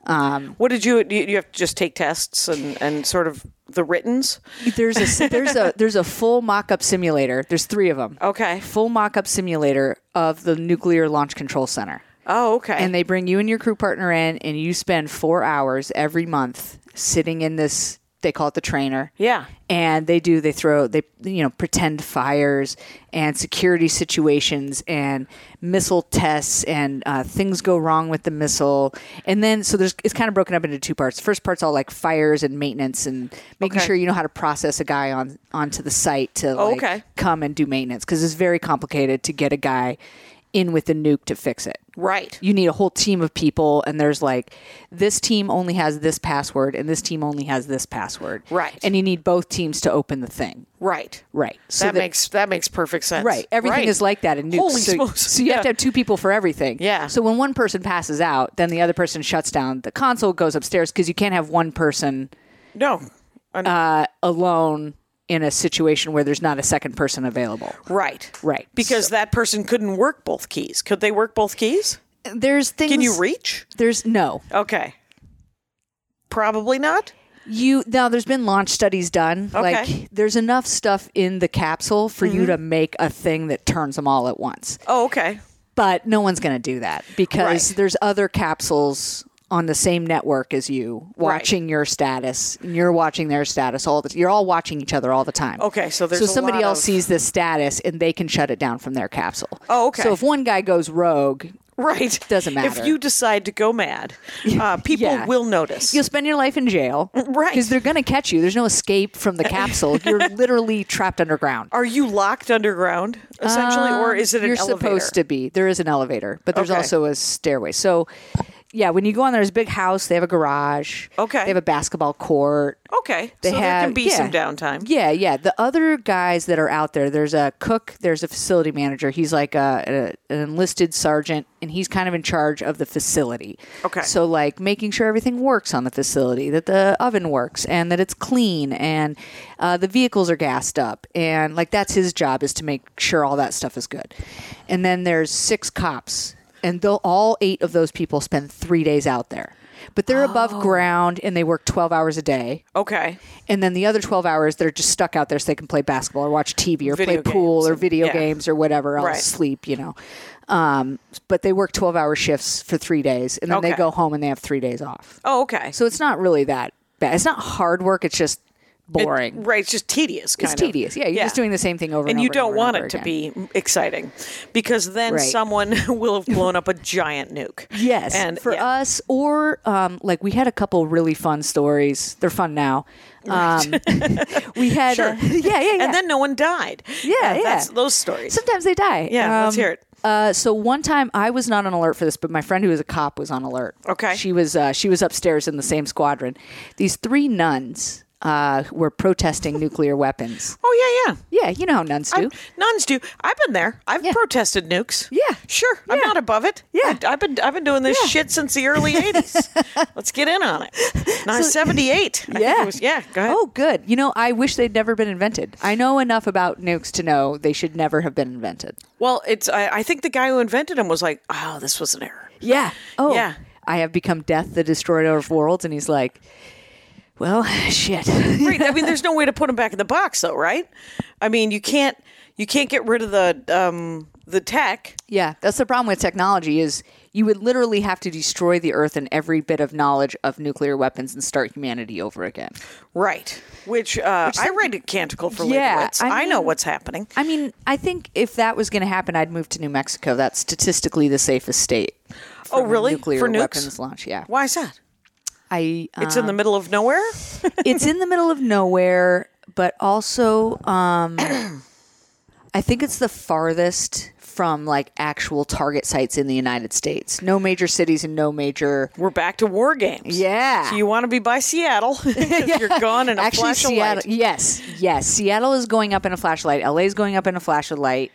S4: Um,
S3: What did you do? You have to just take tests and and sort of the writtens. [laughs]
S4: there's a there's a there's a full mock-up simulator. There's three of them.
S3: Okay.
S4: Full mock-up simulator of the nuclear launch control center.
S3: Oh, okay.
S4: and they bring you and your crew partner in and you spend four hours every month sitting in this they call it the trainer
S3: Yeah.
S4: and they do they throw they you know pretend fires and security situations and missile tests and uh, things go wrong with the missile and then so there's it's kind of broken up into two parts first part's all like fires and maintenance and making
S3: Okay.
S4: sure you know how to process a guy on onto the site to
S3: Oh,
S4: like,
S3: okay.
S4: come and do maintenance because it's very complicated to get a guy in with the nuke to fix it.
S3: Right.
S4: You need a whole team of people, and there's like this team only has this password, and this team only has this password.
S3: Right.
S4: And you need both teams to open the thing.
S3: Right.
S4: Right. So
S3: that, makes that makes perfect sense.
S4: Right. Everything
S3: Right.
S4: is like that in nukes.
S3: Holy
S4: so,
S3: smokes.
S4: so you have to have two people for everything.
S3: Yeah.
S4: So when one person passes out, then the other person shuts down the console, goes upstairs because you can't have one person
S3: No. Un-
S4: uh, alone in a situation where there's not a second person available.
S3: right.
S4: Right.
S3: Because that person couldn't work both keys. Could they work both keys?
S4: There's things.
S3: Can you reach?
S4: There's no.
S3: Okay. Probably not.
S4: You now there's been launch studies done. Like there's enough stuff in the capsule for you
S3: Mm-hmm.
S4: to make a thing that turns them all at once.
S3: Oh, okay.
S4: But no one's going to do that because
S3: Right.
S4: there's other capsules on the same network as you watching your status and you're watching their status all the you're all watching each other all the time.
S3: Okay, so there's
S4: So
S3: a
S4: somebody
S3: lot
S4: else
S3: of-
S4: sees this status and they can shut it down from their capsule.
S3: Oh, okay.
S4: So if one guy goes rogue,
S3: [laughs] Right.
S4: Doesn't
S3: If
S4: matter.
S3: you decide to go
S4: [laughs]
S3: mad, uh, people
S4: Yeah.
S3: will notice.
S4: you'll spend your life in jail.
S3: [laughs] Right.
S4: Cuz they're going to catch you. There's no escape
S3: [laughs]
S4: from the capsule. You're literally trapped underground.
S3: Are you locked underground essentially, or is it an
S4: Um, you're
S3: elevator?
S4: supposed to be there is an elevator but there's
S3: Okay.
S4: also a stairway so yeah when you go on there, there's a big house they have a garage
S3: Okay.
S4: they have a basketball court
S3: Okay,
S4: they
S3: so
S4: have
S3: there can be
S4: yeah.
S3: some downtime.
S4: yeah yeah the other guys that are out there there's a cook there's a facility manager he's like a, a, an enlisted sergeant and he's kind of in charge of the facility
S3: Okay.
S4: so like making sure everything works on the facility that the oven works and that it's clean and uh, the vehicles are gassed up and like that's his job is to make sure all that stuff is good and then there's six cops and they'll all eight of those people spend three days out there but they're
S3: Oh.
S4: above ground and they work 12 hours a day
S3: Okay,
S4: and then the other 12 hours, they're just stuck out there so they can play basketball or watch TV or
S3: Video
S4: play pool
S3: games
S4: or
S3: and-
S4: video
S3: yeah.
S4: games or whatever else,
S3: Right.
S4: sleep, you know. Um, but they work 12 hour shifts for three days and then they
S3: Okay.
S4: go home and they have three days off.
S3: Oh, okay.
S4: So it's not really that bad. It's not hard work, it's just boring.
S3: right, it's just tedious. Kind
S4: it's
S3: of.
S4: tedious. Yeah, you're just doing the same thing over and,
S3: and you
S4: over
S3: don't
S4: over
S3: want
S4: over
S3: it to be
S4: again.
S3: exciting, because then
S4: Right.
S3: someone [laughs] will have blown
S4: [laughs]
S3: up a giant nuke.
S4: Yes,
S3: and
S4: for
S3: yeah.
S4: us, or um, like we had a couple really fun stories. They're fun now. Um, [laughs] we had,
S3: Sure.
S4: a, [laughs] yeah, yeah, yeah.
S3: and then no one died.
S4: Yeah, yeah.
S3: That's those stories.
S4: Sometimes they die.
S3: Yeah, let's hear it.
S4: Uh, so one time I was not on alert for this, but my friend who was a cop was on alert.
S3: Okay.
S4: She was uh, she was upstairs in the same squadron. These three nuns uh, were protesting nuclear weapons.
S3: oh yeah, yeah.
S4: Yeah, you know how nuns do.
S3: I- nuns do. I've been there. I've
S4: Yeah.
S3: protested nukes.
S4: Yeah.
S3: sure. I'm
S4: Yeah.
S3: not above it.
S4: Yeah.
S3: I, have been I've been doing this
S4: Yeah.
S3: shit since the
S4: [laughs]
S3: early '80s. Let's get in on it. Now '78.
S4: yeah.
S3: yeah. Go ahead.
S4: Oh, good. You know, I wish they'd never been invented. I know enough about nukes to know they should never have been invented.
S3: Well, it's I, I think the guy who invented them was like, oh, this was an
S4: [laughs]
S3: error.
S4: Yeah. Oh.
S3: Yeah.
S4: I have become death, the destroyer of worlds, and he's like, "Well, [laughs] shit."
S3: Right. I mean, there's no way to put them back in the box, though, right? I mean, you can't you can't get rid of the um the tech.
S4: Yeah, that's the problem with technology is you would literally have to destroy the earth and every bit of knowledge of nuclear weapons and start humanity over again.
S3: Right. Which, uh, I read a canticle for
S4: Yeah,
S3: Leibowitz.
S4: I
S3: I know
S4: mean-
S3: what's happening.
S4: I mean, I think if that was going to happen, I'd move to New Mexico. That's statistically the safest state.
S3: Oh,
S4: from a
S3: really?
S4: Nuclear
S3: For nukes?
S4: weapons launch. Yeah,
S3: Why is that?
S4: I. uh,
S3: It's in the middle of nowhere.
S4: it's in the middle of nowhere, but also, um, I think it's the farthest from like actual target sites in the United States. No major cities and no major.
S3: We're back to war games.
S4: Yeah.
S3: So you want to be by Seattle? [laughs]
S4: [laughs]
S3: 'cause You're gone in a
S4: Actually,
S3: flash of
S4: Seattle.
S3: light.
S4: Yes, yes. Seattle is going up in a flashlight. LA is going up in a flashlight.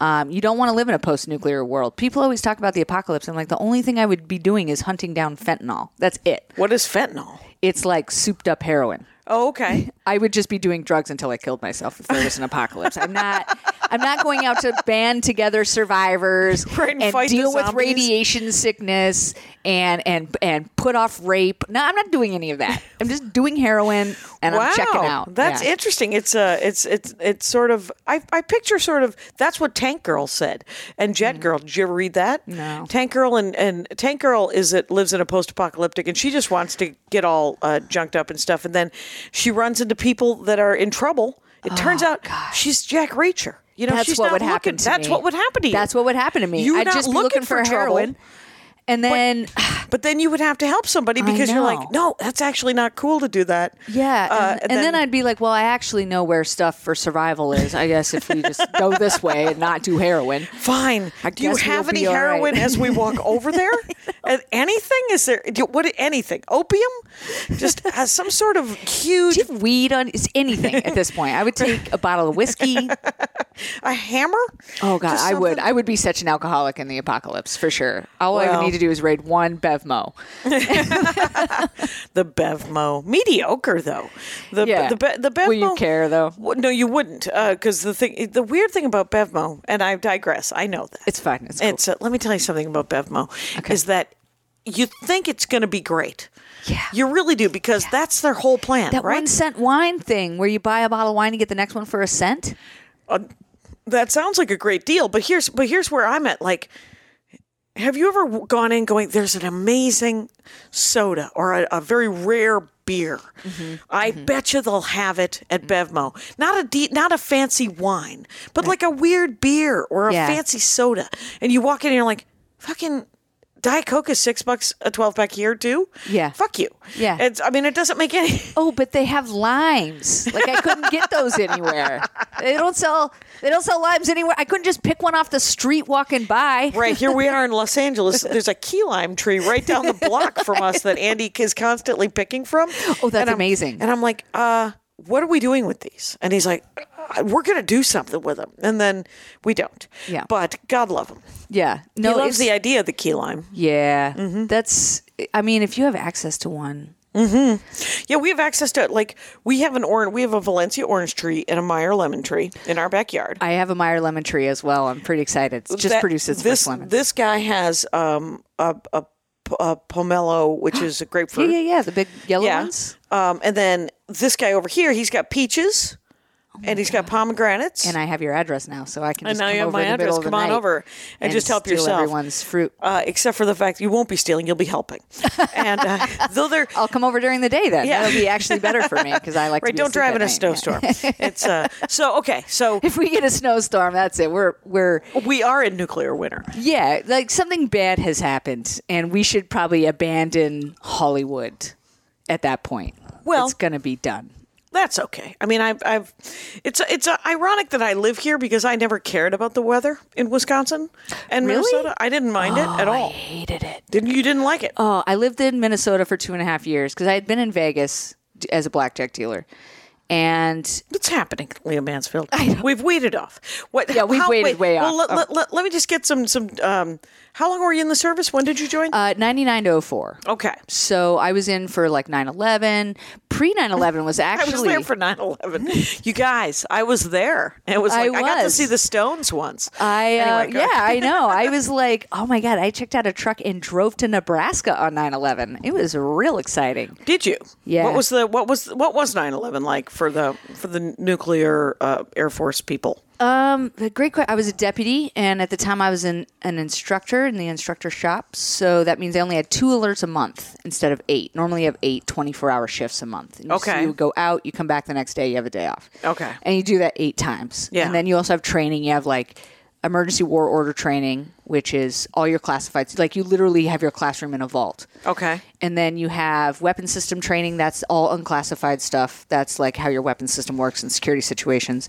S4: Um, you don't want to live in a post-nuclear world. People always talk about the apocalypse, and like the only thing I would be doing is hunting down fentanyl. That's it.
S3: What is fentanyl?
S4: It's like souped-up heroin.
S3: Oh, okay.
S4: I would just be doing drugs until I killed myself if there was an apocalypse. I'm not. I'm not going out to band together survivors
S3: [laughs] Right, and
S4: and
S3: fight the
S4: deal with
S3: zombies.
S4: radiation sickness and and and put off rape. No, I'm not doing any of that. I'm just doing heroin and
S3: wow.
S4: I'm checking out.
S3: That's
S4: Yeah.
S3: interesting. It's uh it's it's it's sort of I I picture sort of that's what Tank Girl said. And Jet Girl, did you ever read that?
S4: Mm. No.
S3: Tank Girl and, and Tank Girl is it lives in a post apocalyptic and she just wants to get all uh, junked up and stuff and then she runs into people that are in trouble. It turns out she's Jack Reacher. You know,
S4: Oh, That's
S3: she's
S4: what
S3: not
S4: would
S3: looking.
S4: happen to
S3: That's
S4: me.
S3: what would happen to you.
S4: That's what would happen to me.
S3: You're
S4: I'd
S3: not
S4: just be
S3: looking
S4: looking for,
S3: for trouble.
S4: heroin.
S3: [sighs]
S4: And then,
S3: But then you would have to help somebody because you're like,
S4: know.
S3: no, that's actually not cool to do that.
S4: yeah.
S3: Uh,
S4: and, and then, I'd be like, well, I actually know where stuff for survival is. I guess if we just go this way and not do heroin.
S3: fine.
S4: I
S3: do you
S4: guess we'll
S3: have any
S4: be all right.
S3: heroin as we
S4: [laughs]
S3: walk over there? Uh, anything? Is there do- what? Anything? Opium? Just has some sort of huge
S4: Do you have weed on? It's anything at this point. I would take a bottle of whiskey.
S3: a hammer?
S4: [laughs] Oh God,
S3: Just
S4: I would.
S3: something-
S4: I would be such an alcoholic in the apocalypse for sure. All I
S3: Well.
S4: would need to do is raid one Bevmo.
S3: The Bevmo mediocre though. The
S4: Yeah.
S3: the Be- the Bevmo.
S4: Will you care, though?
S3: Well, no, you wouldn't, because the thing, the weird thing about Bevmo, and I digress. I know that
S4: It's fine. It's cool.
S3: It's uh, let me tell you something about Bevmo is that you think it's going to be great.
S4: Yeah.
S3: You really do because that's their whole plan,
S4: that
S3: right?
S4: one cent wine thing where you buy a bottle of wine and get the next one for a cent.
S3: that sounds like a great deal, but here's but here's where I'm at like have you ever w- gone in going there's an amazing soda or a, a very rare beer
S4: Mm-hmm.
S3: i bet you they'll have it at
S4: Mm.
S3: bevmo not a de- not a fancy wine but like a weird beer or a
S4: Yeah.
S3: fancy soda and you walk in and you're like fucking diet coke is six bucks a 12 pack here too
S4: Yeah.
S3: fuck you
S4: Yeah.
S3: it's, i mean it doesn't make any
S4: Oh, but they have limes. Like I couldn't get those [laughs] anywhere. They don't sell. They don't sell limes anywhere. I couldn't just pick one off the street walking by.
S3: Right here
S4: [laughs]
S3: we are in Los Angeles. There's a key lime tree right down the block from us that Andy is constantly picking from.
S4: Oh, that's
S3: And I'm-
S4: amazing.
S3: And I'm like, uh, what are we doing with these? And he's like, uh, we're gonna do something with them. And then we don't.
S4: Yeah.
S3: But God love him.
S4: Yeah.
S3: He
S4: No.
S3: loves
S4: it's-
S3: the idea of the key lime.
S4: yeah. That's. I mean, if you have access to one,
S3: Yeah, we have access to like we have an orange, we have a Valencia orange tree and a Meyer lemon tree in our backyard.
S4: I have a Meyer lemon tree as well. I'm pretty excited. It's just
S3: that-
S4: produced its
S3: this,
S4: first lemon.
S3: This guy has um a a, a pomelo,
S4: [gasps]
S3: which is a
S4: yeah,
S3: grapefruit.
S4: yeah, yeah. The big yellow
S3: Yeah.
S4: ones.
S3: Um, and then this guy over here, he's got peaches, and he's got pomegranates.
S4: Oh And I have your address now, so I can
S3: And
S4: just
S3: now
S4: come
S3: you have
S4: over
S3: my
S4: in the
S3: address.
S4: middle of the
S3: Come on
S4: night
S3: over and just help
S4: steal
S3: yourself.
S4: Everyone's fruit.
S3: uh, except for the fact you won't be stealing, you'll be
S4: [laughs]
S3: helping. And uh, though they're
S4: I'll come over during the day then.
S3: Yeah.
S4: That'll be actually better for me because I
S3: [laughs]
S4: like.
S3: right,
S4: to be
S3: don't
S4: asleep
S3: drive
S4: at
S3: in a
S4: night.
S3: snowstorm.
S4: Yeah.
S3: it's uh, so okay. So
S4: [laughs] if we get a snowstorm, that's it. We're we're
S3: we are in nuclear winter.
S4: yeah, like something bad has happened, and we should probably abandon Hollywood at that point.
S3: Well-
S4: it's gonna be done.
S3: That's okay. I mean, I've, I've it's it's uh, ironic that I live here because I never cared about the weather in Wisconsin and
S4: Really? Oh,
S3: Minnesota. I didn't mind it at all.
S4: Hated it.
S3: Didn't you? Didn't like it?
S4: Oh, I lived in Minnesota for two and a half years because I had been in Vegas d- as a blackjack dealer, and
S3: What's happening, Leah Mansfield? We've waited off. What?
S4: Yeah, we've waited way
S3: well,
S4: off. Oh.
S3: Let, let, let, let me just get some some. Um, how long were you in the service? When did you join?
S4: uh, ninety nine to 04.
S3: okay,
S4: So I was in for like 9 11. Pre 9 11 was
S3: [laughs] I was
S4: actually.
S3: there for 9-11. you guys, I was there. It was.
S4: I
S3: Like, I got to
S4: was.
S3: see the Stones once.
S4: I, uh,
S3: Anyway, go
S4: yeah,
S3: ahead.
S4: I know. I was like, oh my God, I checked out a truck and drove to Nebraska on 9 11. It was real exciting.
S3: [laughs] Did you?
S4: Yeah.
S3: What was the what was what was 9-11 like for the for the nuclear uh, air force people?
S4: Um, the great question. I was a deputy, and at the time I was an, an instructor in the instructor shop. So that means I only had two alerts a month instead of eight. Normally, you have eight 24 hour shifts a month. And you- so
S3: Okay.
S4: you go out, you come back the next day, you have a day off.
S3: Okay.
S4: And you do that eight times.
S3: Yeah.
S4: And then you also have training. You have like emergency war order training, which is all your classifieds. Like you literally have your classroom in a vault.
S3: Okay.
S4: And then you have weapon system training. That's all unclassified stuff. That's like how your weapon system works in security situations.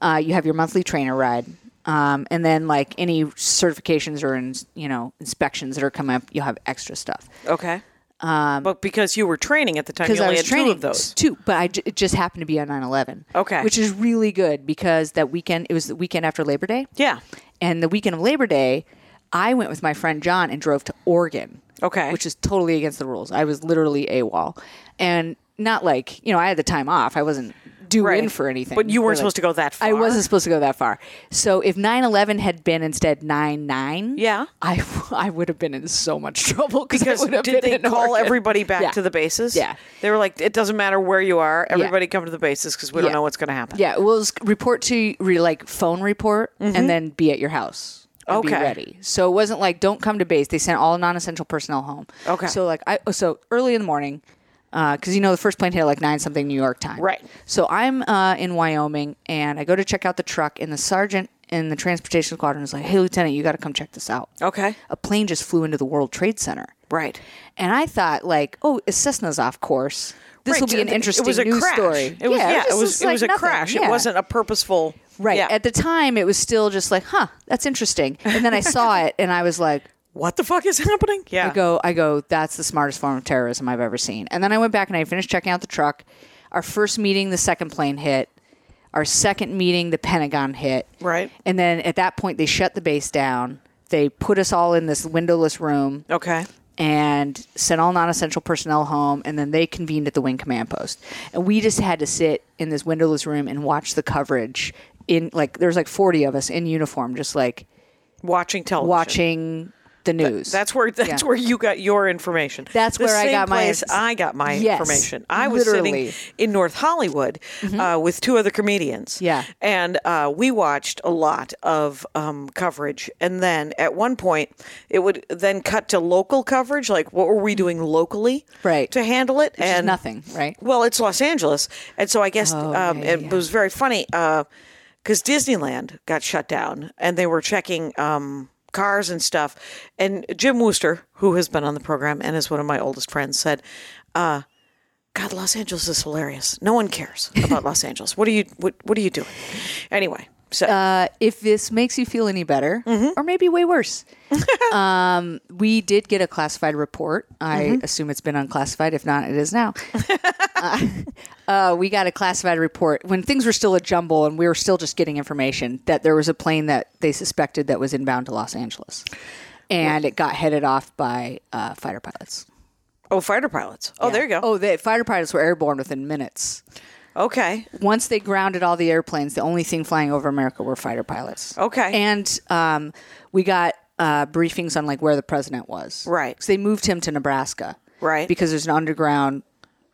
S4: Uh, you have your monthly trainer ride. Um, and then like any certifications or in, you know inspections that are coming up, you'll have extra stuff.
S3: Okay. Um, but because you were training at the time, you
S4: Because
S3: only
S4: I was
S3: had
S4: training
S3: two of those.
S4: two, but I j- it just happened to be on 9/11.
S3: Okay.
S4: which is really good because that weekend it was the weekend after Labor Day.
S3: Yeah.
S4: And the weekend of Labor Day, I went with my friend John and drove to Oregon.
S3: Okay.
S4: Which is totally against the rules. I was literally AWOL. And not like, you know, I had the time off. I wasn't due
S3: Right.
S4: in for anything.
S3: But you weren't
S4: Or, like,
S3: supposed to go that
S4: I
S3: far.
S4: wasn't supposed to go that far. So if 9 11 had been instead 9 9,
S3: Yeah.
S4: I, [laughs] I would have been in so much [laughs] trouble
S3: Because
S4: I would have
S3: did
S4: been
S3: they
S4: in
S3: call
S4: Oregon.
S3: everybody back
S4: Yeah.
S3: to the bases?
S4: Yeah.
S3: They were like, it doesn't matter where you are. Everybody come to the bases because we don't
S4: Yeah.
S3: know what's going to happen.
S4: Yeah, well, it's report to re, like phone report and then be at your house. and Be
S3: Mm-hmm. Okay.
S4: ready. So it wasn't like don't come to base. They sent all non-essential personnel home.
S3: Okay.
S4: So like I so early in the morning, because you know the first plane hit at like nine something New York time.
S3: Right.
S4: So I'm uh, in Wyoming and I go to check out the truck and the sergeant and the transportation squadron was like, "Hey, lieutenant, you got to come check this out."
S3: Okay.
S4: A plane just flew into the World Trade Center.
S3: Right.
S4: And I thought, like, oh, a Cessna's off course. This
S3: Right,
S4: will be an
S3: it-
S4: interesting
S3: it was a
S4: news
S3: crash.
S4: story.
S3: It was, yeah, it
S4: just
S3: was, it
S4: like
S3: was a
S4: nothing.
S3: crash. It
S4: Yeah.
S3: wasn't a purposeful.
S4: right.
S3: Yeah.
S4: At the time, it was still just like, huh, that's interesting. And then I
S3: [laughs]
S4: saw it, and I was like,
S3: what the fuck is happening? Yeah.
S4: I go, I go, that's the smartest form of terrorism I've ever seen. And then I went back and I finished checking out the truck. Our first meeting, the second plane hit. Our second meeting, the Pentagon hit.
S3: Right.
S4: And then at that point, they shut the base down. They put us all in this windowless room
S3: Okay.
S4: and sent all non essential personnel home. And then they convened at the Wing Command Post. And we just had to sit in this windowless room and watch the coverage. In like, there's like 40 of us in uniform, just like
S3: Watching television.
S4: watching the news.
S3: That's where that's
S4: Yeah.
S3: where you got your information.
S4: That's
S3: the
S4: where I
S3: same
S4: got my
S3: place
S4: ins-
S3: I got my
S4: Yes,
S3: information. I was
S4: literally. Mm-hmm.
S3: sitting in North Hollywood uh, with two other comedians.
S4: Yeah.
S3: and uh, we watched a lot of um, coverage. And then at one point, it would then cut to local coverage. Like, what were we doing locally?
S4: Mm-hmm. Right.
S3: to handle it
S4: Which is
S3: and
S4: nothing, right?
S3: Well, it's Los Angeles, and so I guess um,
S4: Oh, yeah,
S3: it was very funny because Disneyland got shut down, and they were checking um, cars and stuff. And Jim Wooster, who has been on the program and is one of my oldest friends, said, uh, "God, Los Angeles is hilarious. No one
S4: [laughs]
S3: cares about Los Angeles. What are you? What, what are you doing?" Anyway, so
S4: uh, if this makes you feel any better, or maybe way worse, um, we did get a classified report. I assume it's been unclassified. If not, it is now. uh, uh, we got a classified report when things were still a jumble and we were still just getting information that there was a plane that they suspected that was inbound to Los Angeles, and it got headed off by uh, fighter pilots.
S3: oh, fighter pilots. Oh, there you go.
S4: Oh, the fighter pilots were airborne within minutes. Oh.
S3: Okay,
S4: once they grounded all the airplanes, the only thing flying over America were fighter pilots.
S3: Okay.
S4: And um, we got uh, briefings on like where the president was.
S3: Right.
S4: So they moved him to Nebraska.
S3: Right.
S4: Because there's an underground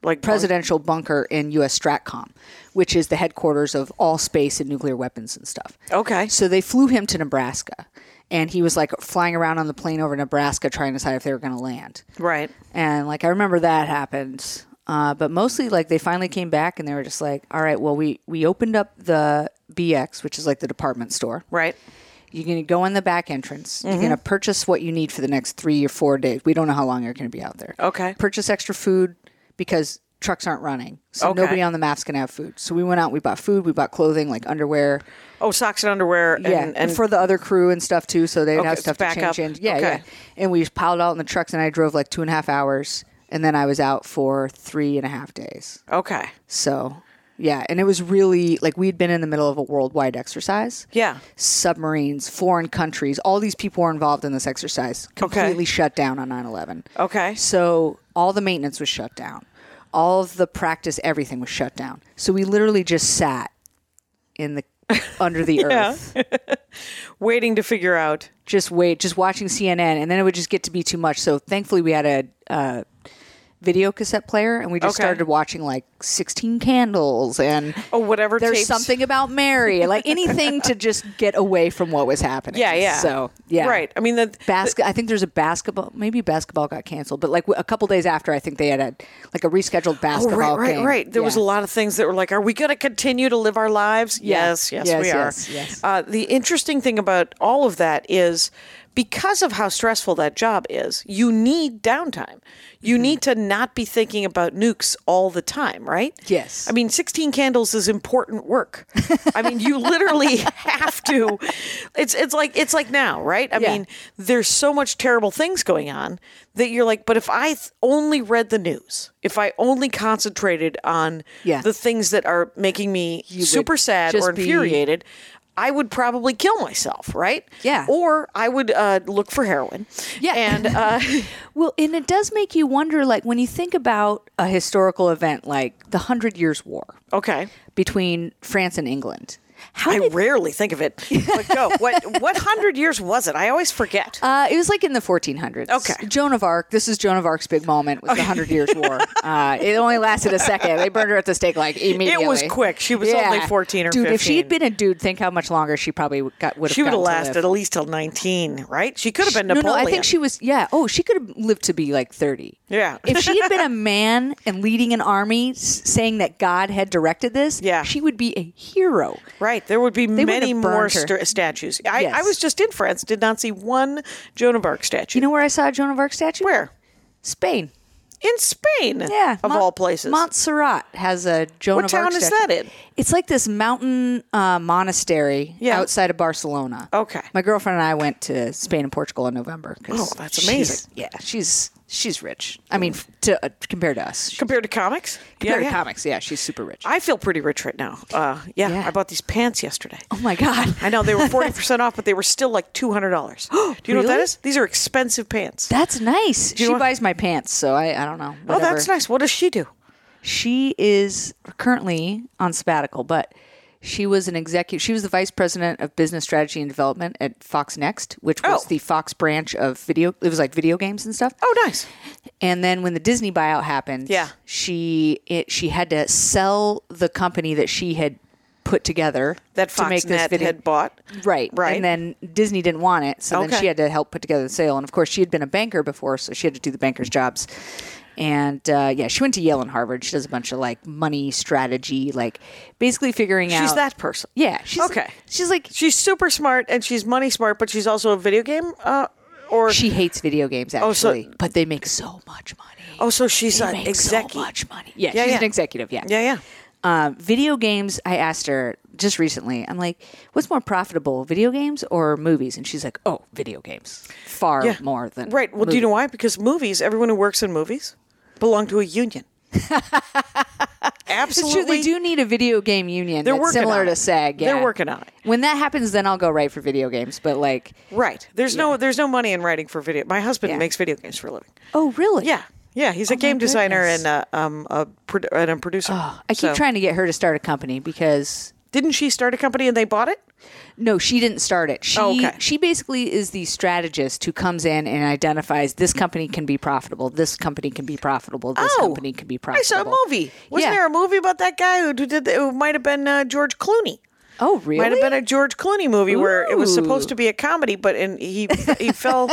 S3: like
S4: presidential bunker in U.S. Stratcom, which is the headquarters of all space and nuclear weapons and stuff.
S3: Okay.
S4: So they flew him to Nebraska, and he was like flying around on the plane over Nebraska trying to decide if they were going to land.
S3: Right.
S4: And like I remember that happened. Uh, but mostly like they finally came back and they were just like, all right, well we we opened up the BX, which is like the department store.
S3: Right.
S4: You're gonna go in the back entrance. You're
S3: Mm-hmm.
S4: gonna purchase what you need for the next three or four days. We don't know how long you're gonna be out there.
S3: Okay.
S4: Purchase extra food because trucks aren't running, so
S3: Okay.
S4: nobody on the map's gonna have food. So we went out. We bought food. We bought clothing like underwear.
S3: Oh, socks and underwear. And,
S4: Yeah,
S3: and,
S4: and, for the other crew and stuff too, so they didn't
S3: Okay,
S4: have
S3: to
S4: stuff to
S3: back up.
S4: change in. Yeah,
S3: Okay.
S4: yeah. And we just piled out in the trucks, and I drove like two and a half hours, and then I was out for three and a half days.
S3: okay.
S4: So, yeah, and it was really like we'd been in the middle of a worldwide exercise.
S3: Yeah.
S4: Submarines, foreign countries, all these people were involved in this exercise. Completely shut down on 9 11.
S3: Okay.
S4: So all the maintenance was shut down. All of the practice, everything was shut down. So we literally just sat in the
S3: [laughs]
S4: under the earth
S3: Waiting to figure out.
S4: just wait, just watching CNN, and then it would just get to be too much. So thankfully, we had a uh, video cassette player, and we just
S3: Okay.
S4: started watching like sixteen candles and
S3: Oh, whatever
S4: There's
S3: tapes-
S4: something about Mary, like anything to just get away from what was happening.
S3: Yeah, yeah.
S4: So yeah,
S3: Right. I mean, the,
S4: Basket. I think there's a basketball. Maybe basketball got canceled, but like a couple days after, I think they had a like a rescheduled
S3: Oh,
S4: basketball.
S3: right, right,
S4: game.
S3: right. There was a
S4: Yeah.
S3: lot of things that were like, are we going to continue to live our lives?
S4: Yeah.
S3: Yes, yes,
S4: Yes,
S3: we are.
S4: yes, yes.
S3: Uh, the interesting thing about all of that is because of how stressful that job is, you need downtime. You
S4: Mm-hmm.
S3: need to not be thinking about nukes all the time, right?
S4: Yes.
S3: I mean, 16 candles is important work. I mean, you
S4: [laughs]
S3: literally have to it's it's like it's like now, right? I
S4: Yeah.
S3: mean, there's so much terrible things going on that you're like, but if I th- only read the news, if I only concentrated on
S4: Yeah.
S3: the things that are making me
S4: would
S3: super sad
S4: just
S3: or
S4: be-
S3: infuriated, I would probably kill myself, right?
S4: Yeah.
S3: Or I would uh, look for heroin.
S4: Yeah.
S3: And uh, [laughs]
S4: Well, and it does make you wonder, like when you think about a historical event like the Hundred Years' War.
S3: okay.
S4: between France and England. How
S3: I
S4: did,
S3: rarely think of it. But go. What what hundred years was it? I always forget.
S4: uh, it was like in the 1400s.
S3: Okay.
S4: Joan of Arc. This is Joan of Arc's big moment with the Hundred Years' War.
S3: [laughs]
S4: Uh, it only lasted a second. They burned her at the stake like immediately.
S3: quick. She was only 14 or
S4: dude, If she had
S3: 15.
S4: been a dude, think how much longer she probably would- got would have.
S3: she would have
S4: gotten to
S3: lasted
S4: live.
S3: at least till 19, right? She could have been
S4: No, no,
S3: Napoleon.
S4: I think she was. Yeah. Oh, she could have lived to be like 30.
S3: Yeah.
S4: if she had been
S3: [laughs]
S4: a man and leading an army, s- saying that God had directed this,
S3: Yeah.
S4: she would be a hero.
S3: right. There would be
S4: would
S3: many
S4: have
S3: more
S4: burned her.
S3: st- statues. I, I
S4: Yes.
S3: was just in France, did not see one Joan of Arc statue.
S4: You know where I saw a Joan of Arc statue?
S3: where?
S4: Spain.
S3: In Spain.
S4: Yeah,
S3: [laughs] Of
S4: Mont-
S3: all places.
S4: Montserrat has a Joan
S3: What
S4: of
S3: town
S4: Arc
S3: is
S4: statue.
S3: that in?
S4: It's like this mountain uh, monastery
S3: Yeah.
S4: outside of Barcelona.
S3: Okay.
S4: my girlfriend and I went to Spain and Portugal in November. 'cause
S3: Oh, that's amazing.
S4: she's- yeah, she's she's rich. I mean, f- to uh, compared to us, She-
S3: Compared to comics?
S4: compared
S3: yeah,
S4: to
S3: yeah.
S4: comics, yeah, she's super rich.
S3: I feel pretty rich right now. Uh, yeah,
S4: Yeah.
S3: I bought these pants yesterday.
S4: oh my god,
S3: I know they were
S4: [laughs]
S3: 40% off, but they were still like
S4: [gasps]
S3: $200. Do you know what that
S4: Really?
S3: is? These are expensive pants.
S4: that's nice. She
S3: know what-
S4: buys my pants, so I I don't know.
S3: oh,
S4: Whatever.
S3: that's nice. What does she do?
S4: she is currently on sabbatical, but she was an executive. She was the vice president of business strategy and development at Fox Next, which was
S3: Oh.
S4: the Fox branch of video. It was like video games and stuff.
S3: Oh, nice.
S4: And then when the Disney buyout happened,
S3: Yeah.
S4: she it, she had to sell the company that she had put together
S3: That
S4: to make this
S3: Foxnet
S4: video.
S3: had bought.
S4: Right,
S3: Right.
S4: And then Disney didn't want it, so
S3: Okay.
S4: then she had to help put together the sale. And of course, she had been a banker before, so she had to do the banker's jobs. And uh, yeah, she went to Yale and Harvard. She does a bunch of like money strategy, like basically figuring out.
S3: She's that person.
S4: Yeah, she's
S3: Okay.
S4: She's like
S3: She's super smart and she's money smart, but she's also a video game uh, or
S4: she hates video games
S3: Oh, so-
S4: actually, but they make so much money.
S3: oh, so she's
S4: they
S3: an
S4: make
S3: executive.
S4: so much money. Yeah,
S3: Yeah,
S4: she's
S3: yeah.
S4: an executive. Yeah,
S3: Yeah, yeah.
S4: Uh, video games. I asked her just recently. I'm like, "What's more profitable, video games or movies?" And she's like, "Oh, video games, far
S3: Yeah.
S4: more than
S3: Right. Well, do you know why? Because movies, everyone who works in movies belong to a
S4: [laughs]
S3: union.
S4: It's
S3: Absolutely.
S4: true. They do need a video game union.
S3: They're
S4: that's
S3: working
S4: similar
S3: on it.
S4: to SAG.
S3: They're
S4: yeah.
S3: working on it.
S4: When that happens, then I'll go right for video games. But like,
S3: Right. There's no there's no money in writing for video. My husband
S4: Yeah.
S3: makes video games for a living.
S4: oh really?
S3: Yeah. Yeah, he's a
S4: my
S3: game designer
S4: goodness. Oh,
S3: and a, um, a, pro- and a producer.
S4: I keep
S3: So-
S4: trying to get her to start a company because
S3: Didn't she start a company and they bought it?
S4: No, she didn't start it. She
S3: Oh, okay.
S4: she basically is the strategist who comes in and identifies this company can be profitable, this company can be profitable, this
S3: Oh,
S4: company can be
S3: I saw
S4: profitable.
S3: a movie. Wasn't
S4: Yeah.
S3: there a movie about that guy who did the, who might have been uh, George Clooney?
S4: Oh, really?
S3: Might have been a George Clooney movie where it was supposed
S4: Ooh.
S3: to be a comedy, but and he he
S4: [laughs]
S3: fell.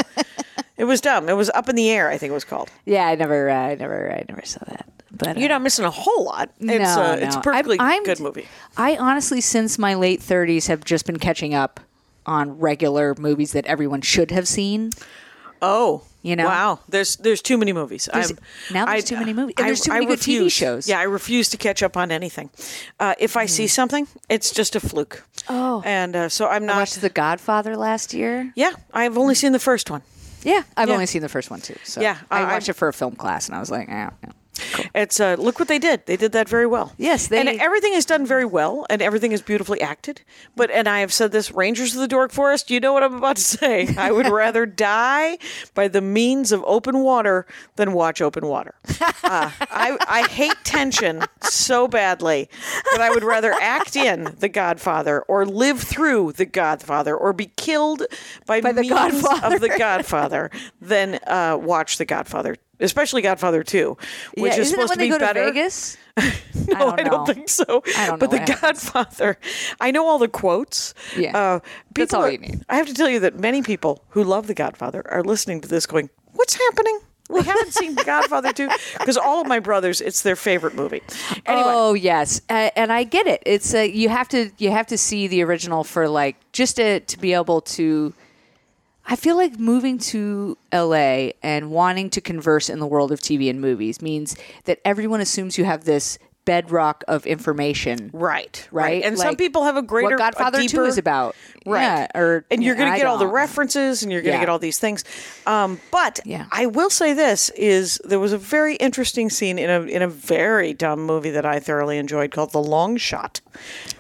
S3: It was dumb. It was up in the air. I think it was called.
S4: yeah, I never, uh, I never, I never saw that. But
S3: You're
S4: uh,
S3: not missing a whole lot. It's
S4: no,
S3: uh, it's a
S4: no.
S3: perfectly
S4: I'm- I'm-
S3: good movie.
S4: I honestly, since my late thirties, have just been catching up on regular movies that everyone should have seen.
S3: Oh,
S4: You know?
S3: wow. There's there's too many movies.
S4: There's-
S3: I'm,
S4: now there's
S3: I-
S4: too many movies. And there's too many good TV
S3: refuse.
S4: shows. Mm.
S3: Yeah, I refuse to catch up on anything. Uh, if I see something, it's just a fluke.
S4: Oh.
S3: and uh, so I'm
S4: I
S3: not.
S4: watched The Godfather last year.
S3: yeah, I've only seen the first one.
S4: Yeah, I've
S3: Yeah.
S4: only seen the first one too. So
S3: Yeah,
S4: I,
S3: I-
S4: watched it for a film class, and I was like, eh, yeah.
S3: It's uh, look what they did. They did that very well.
S4: Yes, they-
S3: and everything is done very well, and everything is beautifully acted. But and I have said this: Rangers of the Dork Forest. You know what I'm about to
S4: [laughs]
S3: say. I would rather die by the means of open water than watch open
S4: [laughs]
S3: water. Uh, I I hate tension so badly that I would rather act in The Godfather or live through The Godfather or be killed by,
S4: The
S3: means
S4: Godfather.
S3: of The Godfather than uh, watch The Godfather. Especially Godfather 2, which
S4: [laughs] Yeah,
S3: is
S4: isn't it
S3: supposed to
S4: when
S3: be
S4: they go
S3: better.
S4: to Vegas?
S3: [laughs] No, I don't,
S4: don't know.
S3: think so.
S4: I don't
S3: but
S4: know
S3: The
S4: what happens.
S3: Godfather, I know all the quotes.
S4: Yeah.
S3: uh,
S4: That's
S3: people
S4: all
S3: are-
S4: you need.
S3: I have to tell you that many people who love The Godfather are listening to this, going, "What's happening? We haven't seen The Godfather
S4: [laughs]
S3: too." Because all of my brothers, it's their favorite movie. Anyway,
S4: Oh yes, uh, and I get it. It's uh, you have to you have to see the original for like just to to be able to. I feel like moving to LA and wanting to converse in the world of TV and movies means that everyone assumes you have this bedrock of information.
S3: right,
S4: Right,
S3: and some
S4: Like,
S3: people have a greater,
S4: what
S3: a
S4: Godfather Two
S3: deeper-
S4: is about,
S3: right?
S4: Yeah, or
S3: and you're going
S4: I
S3: to get all the
S4: don't.
S3: references, and you're going to
S4: Yeah.
S3: get all these things. Um, but
S4: Yeah.
S3: I will say this: is there was a very interesting scene in a in a very dumb movie that I thoroughly enjoyed called The Long Shot.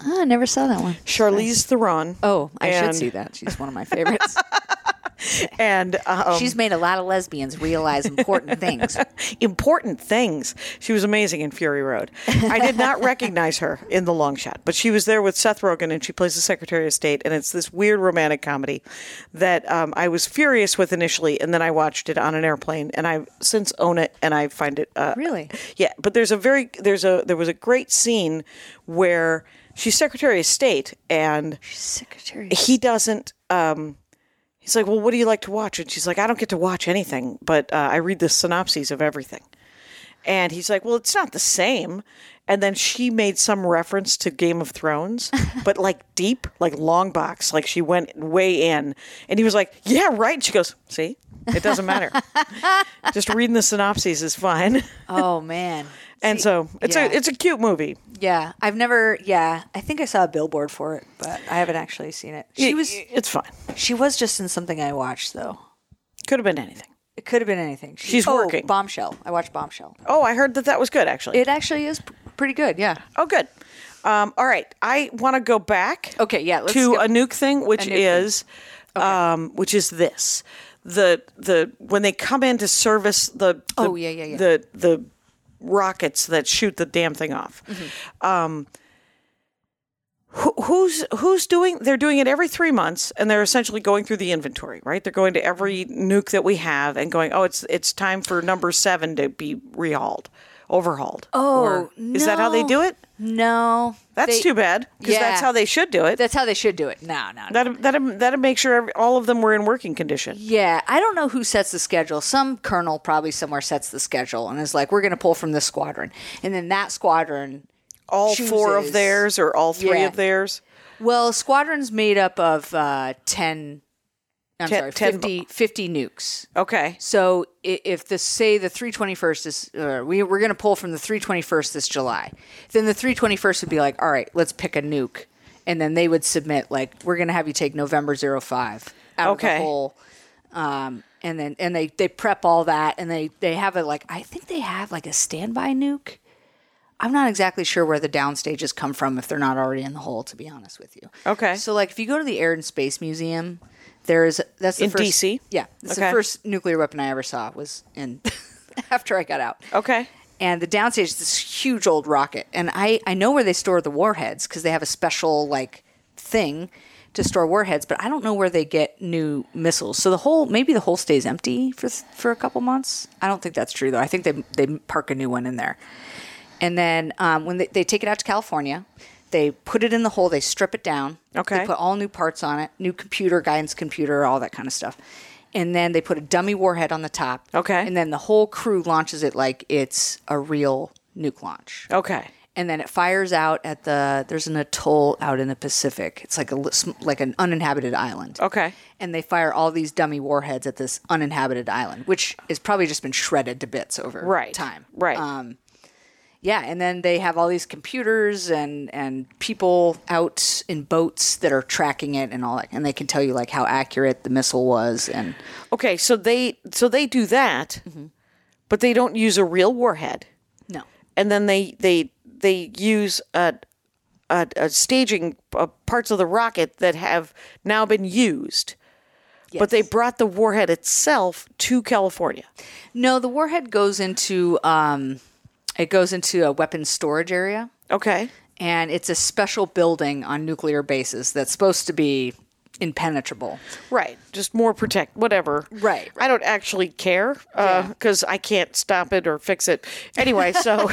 S4: Ah, I never saw that one.
S3: Charlize Theron.
S4: Oh, I
S3: and,
S4: should see that. She's one of my favorites.
S3: And um,
S4: She's made a lot of lesbians
S3: [laughs]
S4: realize important things.
S3: important things. She was amazing in Fury Road. I did not recognize her in The Long Shot, but she was there with Seth Rogen, and she plays the Secretary of State, and it's this weird romantic comedy that um, I was furious with initially, and then I watched it on an airplane, and I since own it, and I find it uh,
S4: Really?
S3: yeah. But there's a very there's a there was a great scene where she's Secretary of State, and
S4: Secretary.
S3: he doesn't um he's like well what do you like to watch and she's like i don't get to watch anything but uh, i read the synopses of everything and he's like well it's not the same and then she made some reference to Game of
S5: [laughs]
S3: Thrones, but like deep, like long box, like she went way in. And he was like, "Yeah, right." And she goes, "See, it
S5: [laughs]
S3: doesn't matter. Just reading the synopses is fine."
S4: Oh man.
S3: And so it's
S4: yeah.
S3: a it's a cute movie.
S5: Yeah, I've never. Yeah, I think I saw a billboard for it, but I haven't actually seen it. She
S3: It-
S5: was
S3: it's fine.
S5: she was just in something I watched though.
S3: Could have been anything.
S5: It could have been anything. She-
S3: She's
S5: oh,
S3: working.
S5: Bombshell. I watched Bombshell.
S3: Oh, I heard that that was good actually.
S4: It actually is p- pretty good. Yeah.
S3: oh, good. Um, all right, I want to go back.
S4: Okay, yeah, let's
S3: to
S4: skip-
S3: a nuke thing, which
S4: nuke thing.
S3: is, um, which is this the the when they come in to service the, the
S4: Oh, yeah, yeah, yeah.
S3: the the rockets that shoot the damn thing off.
S4: Mm-hmm.
S3: Um, who, who's who's doing? They're doing it every three months, and they're essentially going through the inventory, right? They're going to every nuke that we have and going, oh, it's it's time for number seven to be rehauled, overhauled.
S4: Oh,
S3: Or- is that how they
S4: no.
S3: do it?
S4: No.
S3: That's
S4: They-
S3: too bad because
S4: Yeah.
S3: that's how they should do it.
S4: That's how they should do it. No, no, no.
S3: That that that'd make sure every, all of them were in working condition.
S4: Yeah, I don't know who sets the schedule. Some colonel probably somewhere sets the schedule and is like, "We're going to pull from this squadron," and then that squadron.
S3: All four of
S4: chooses-
S3: theirs or all three
S4: Yeah.
S3: of theirs.
S4: Well, squadron's made up of uh, ten. I'm
S3: Ten-
S4: sorry,
S3: ten-
S4: 50, 50 nukes.
S3: Okay.
S4: So i- if the say the 321st is uh, we we're going to pull from the 321st this July, then the 321st would be like, all right, let's pick a nuke, and then they would submit like we're going to have you take November 05 out of
S3: Okay.
S4: the whole, um, and then and they they prep all that and they they have it like I think they have like a standby nuke. I'm not exactly sure where the downstages come from if they're not already in the hole. To be honest with you.
S3: Okay.
S4: So like if you go to the Air and Space Museum, there is that's the
S3: In
S4: first,
S3: DC?
S4: Yeah, it's the
S3: Okay.
S4: first nuclear weapon I ever saw was in [laughs] after I got out.
S3: Okay.
S4: And the downstage is this huge old rocket, and I I know where they store the warheads because they have a special like thing to store warheads, but I don't know where they get new missiles. So the whole maybe the whole stays empty for for a couple months. I don't think that's true though. I think they they park a new one in there. And then um, when they, they take it out to California, they put it in the hole, they strip it down.
S3: Okay.
S4: They put all new parts on it, new computer, guidance computer, all that kind of stuff. And then they put a dummy warhead on the top.
S3: Okay.
S4: And then the whole crew launches it like it's a real nuke launch.
S3: Okay.
S4: And then it fires out at the, there's an atoll out in the Pacific. It's like a li- sm- like an uninhabited island.
S3: Okay.
S4: And they fire all these dummy warheads at this uninhabited island, which has probably just been shredded to bits over
S3: Right.
S4: time.
S3: Right.
S4: Um, yeah, and then they have all these computers and and people out in boats that are tracking it and all that, and they can tell you like how accurate the missile was and
S3: Okay. So they so they do that,
S4: Mm-hmm.
S3: but they don't use a real warhead,
S4: no,
S3: and then they they they use a a, a staging uh, parts of the rocket that have now been used, but they brought the warhead itself to California.
S4: no, the warhead goes into um, it goes into a weapons storage area,
S3: Okay.
S4: and it's a special building on nuclear bases that's supposed to be impenetrable.
S3: Right. Just more protect, whatever.
S4: Right,
S3: I don't actually care because I can't stop it or fix it. Anyway,
S4: [laughs]
S3: so,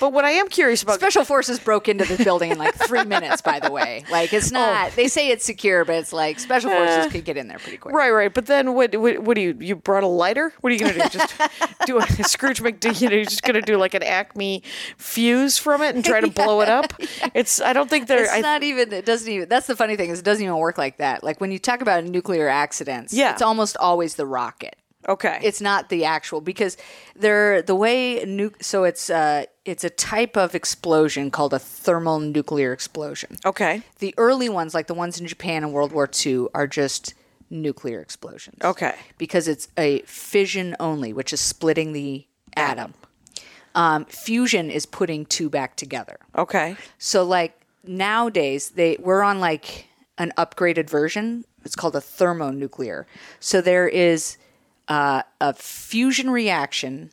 S3: but what I am curious about.
S4: Special forces broke into the building in like three minutes. By the way, like it's not. They say it's secure, but it's like special forces could get in there pretty quick.
S3: Right, right, but then what? What, what do you? You brought a lighter? What are you going to do? Just do a [laughs] Scrooge McDuck? You know, you're just going to do like an Acme fuse from it and try to blow it
S4: [laughs]
S3: up. It's. I don't think they're.
S4: It's
S3: I,
S4: not even. It doesn't even. That's the funny thing is, it doesn't even work like that. Like when you talk about nuclear accidents,
S3: Yeah.
S4: it's almost always the rocket.
S3: okay.
S4: It's not the actual because they're the way nu- So it's uh, it's a type of explosion called a thermal nuclear explosion.
S3: okay.
S4: The early ones, like the ones in Japan in World War II, are just nuclear explosions.
S3: Okay.
S4: Because it's a fission only, which is splitting the atom. Um, fusion is putting two back together.
S3: Okay.
S4: So like nowadays they we're on like an upgraded version. It's called a thermonuclear. So there is uh, a fusion reaction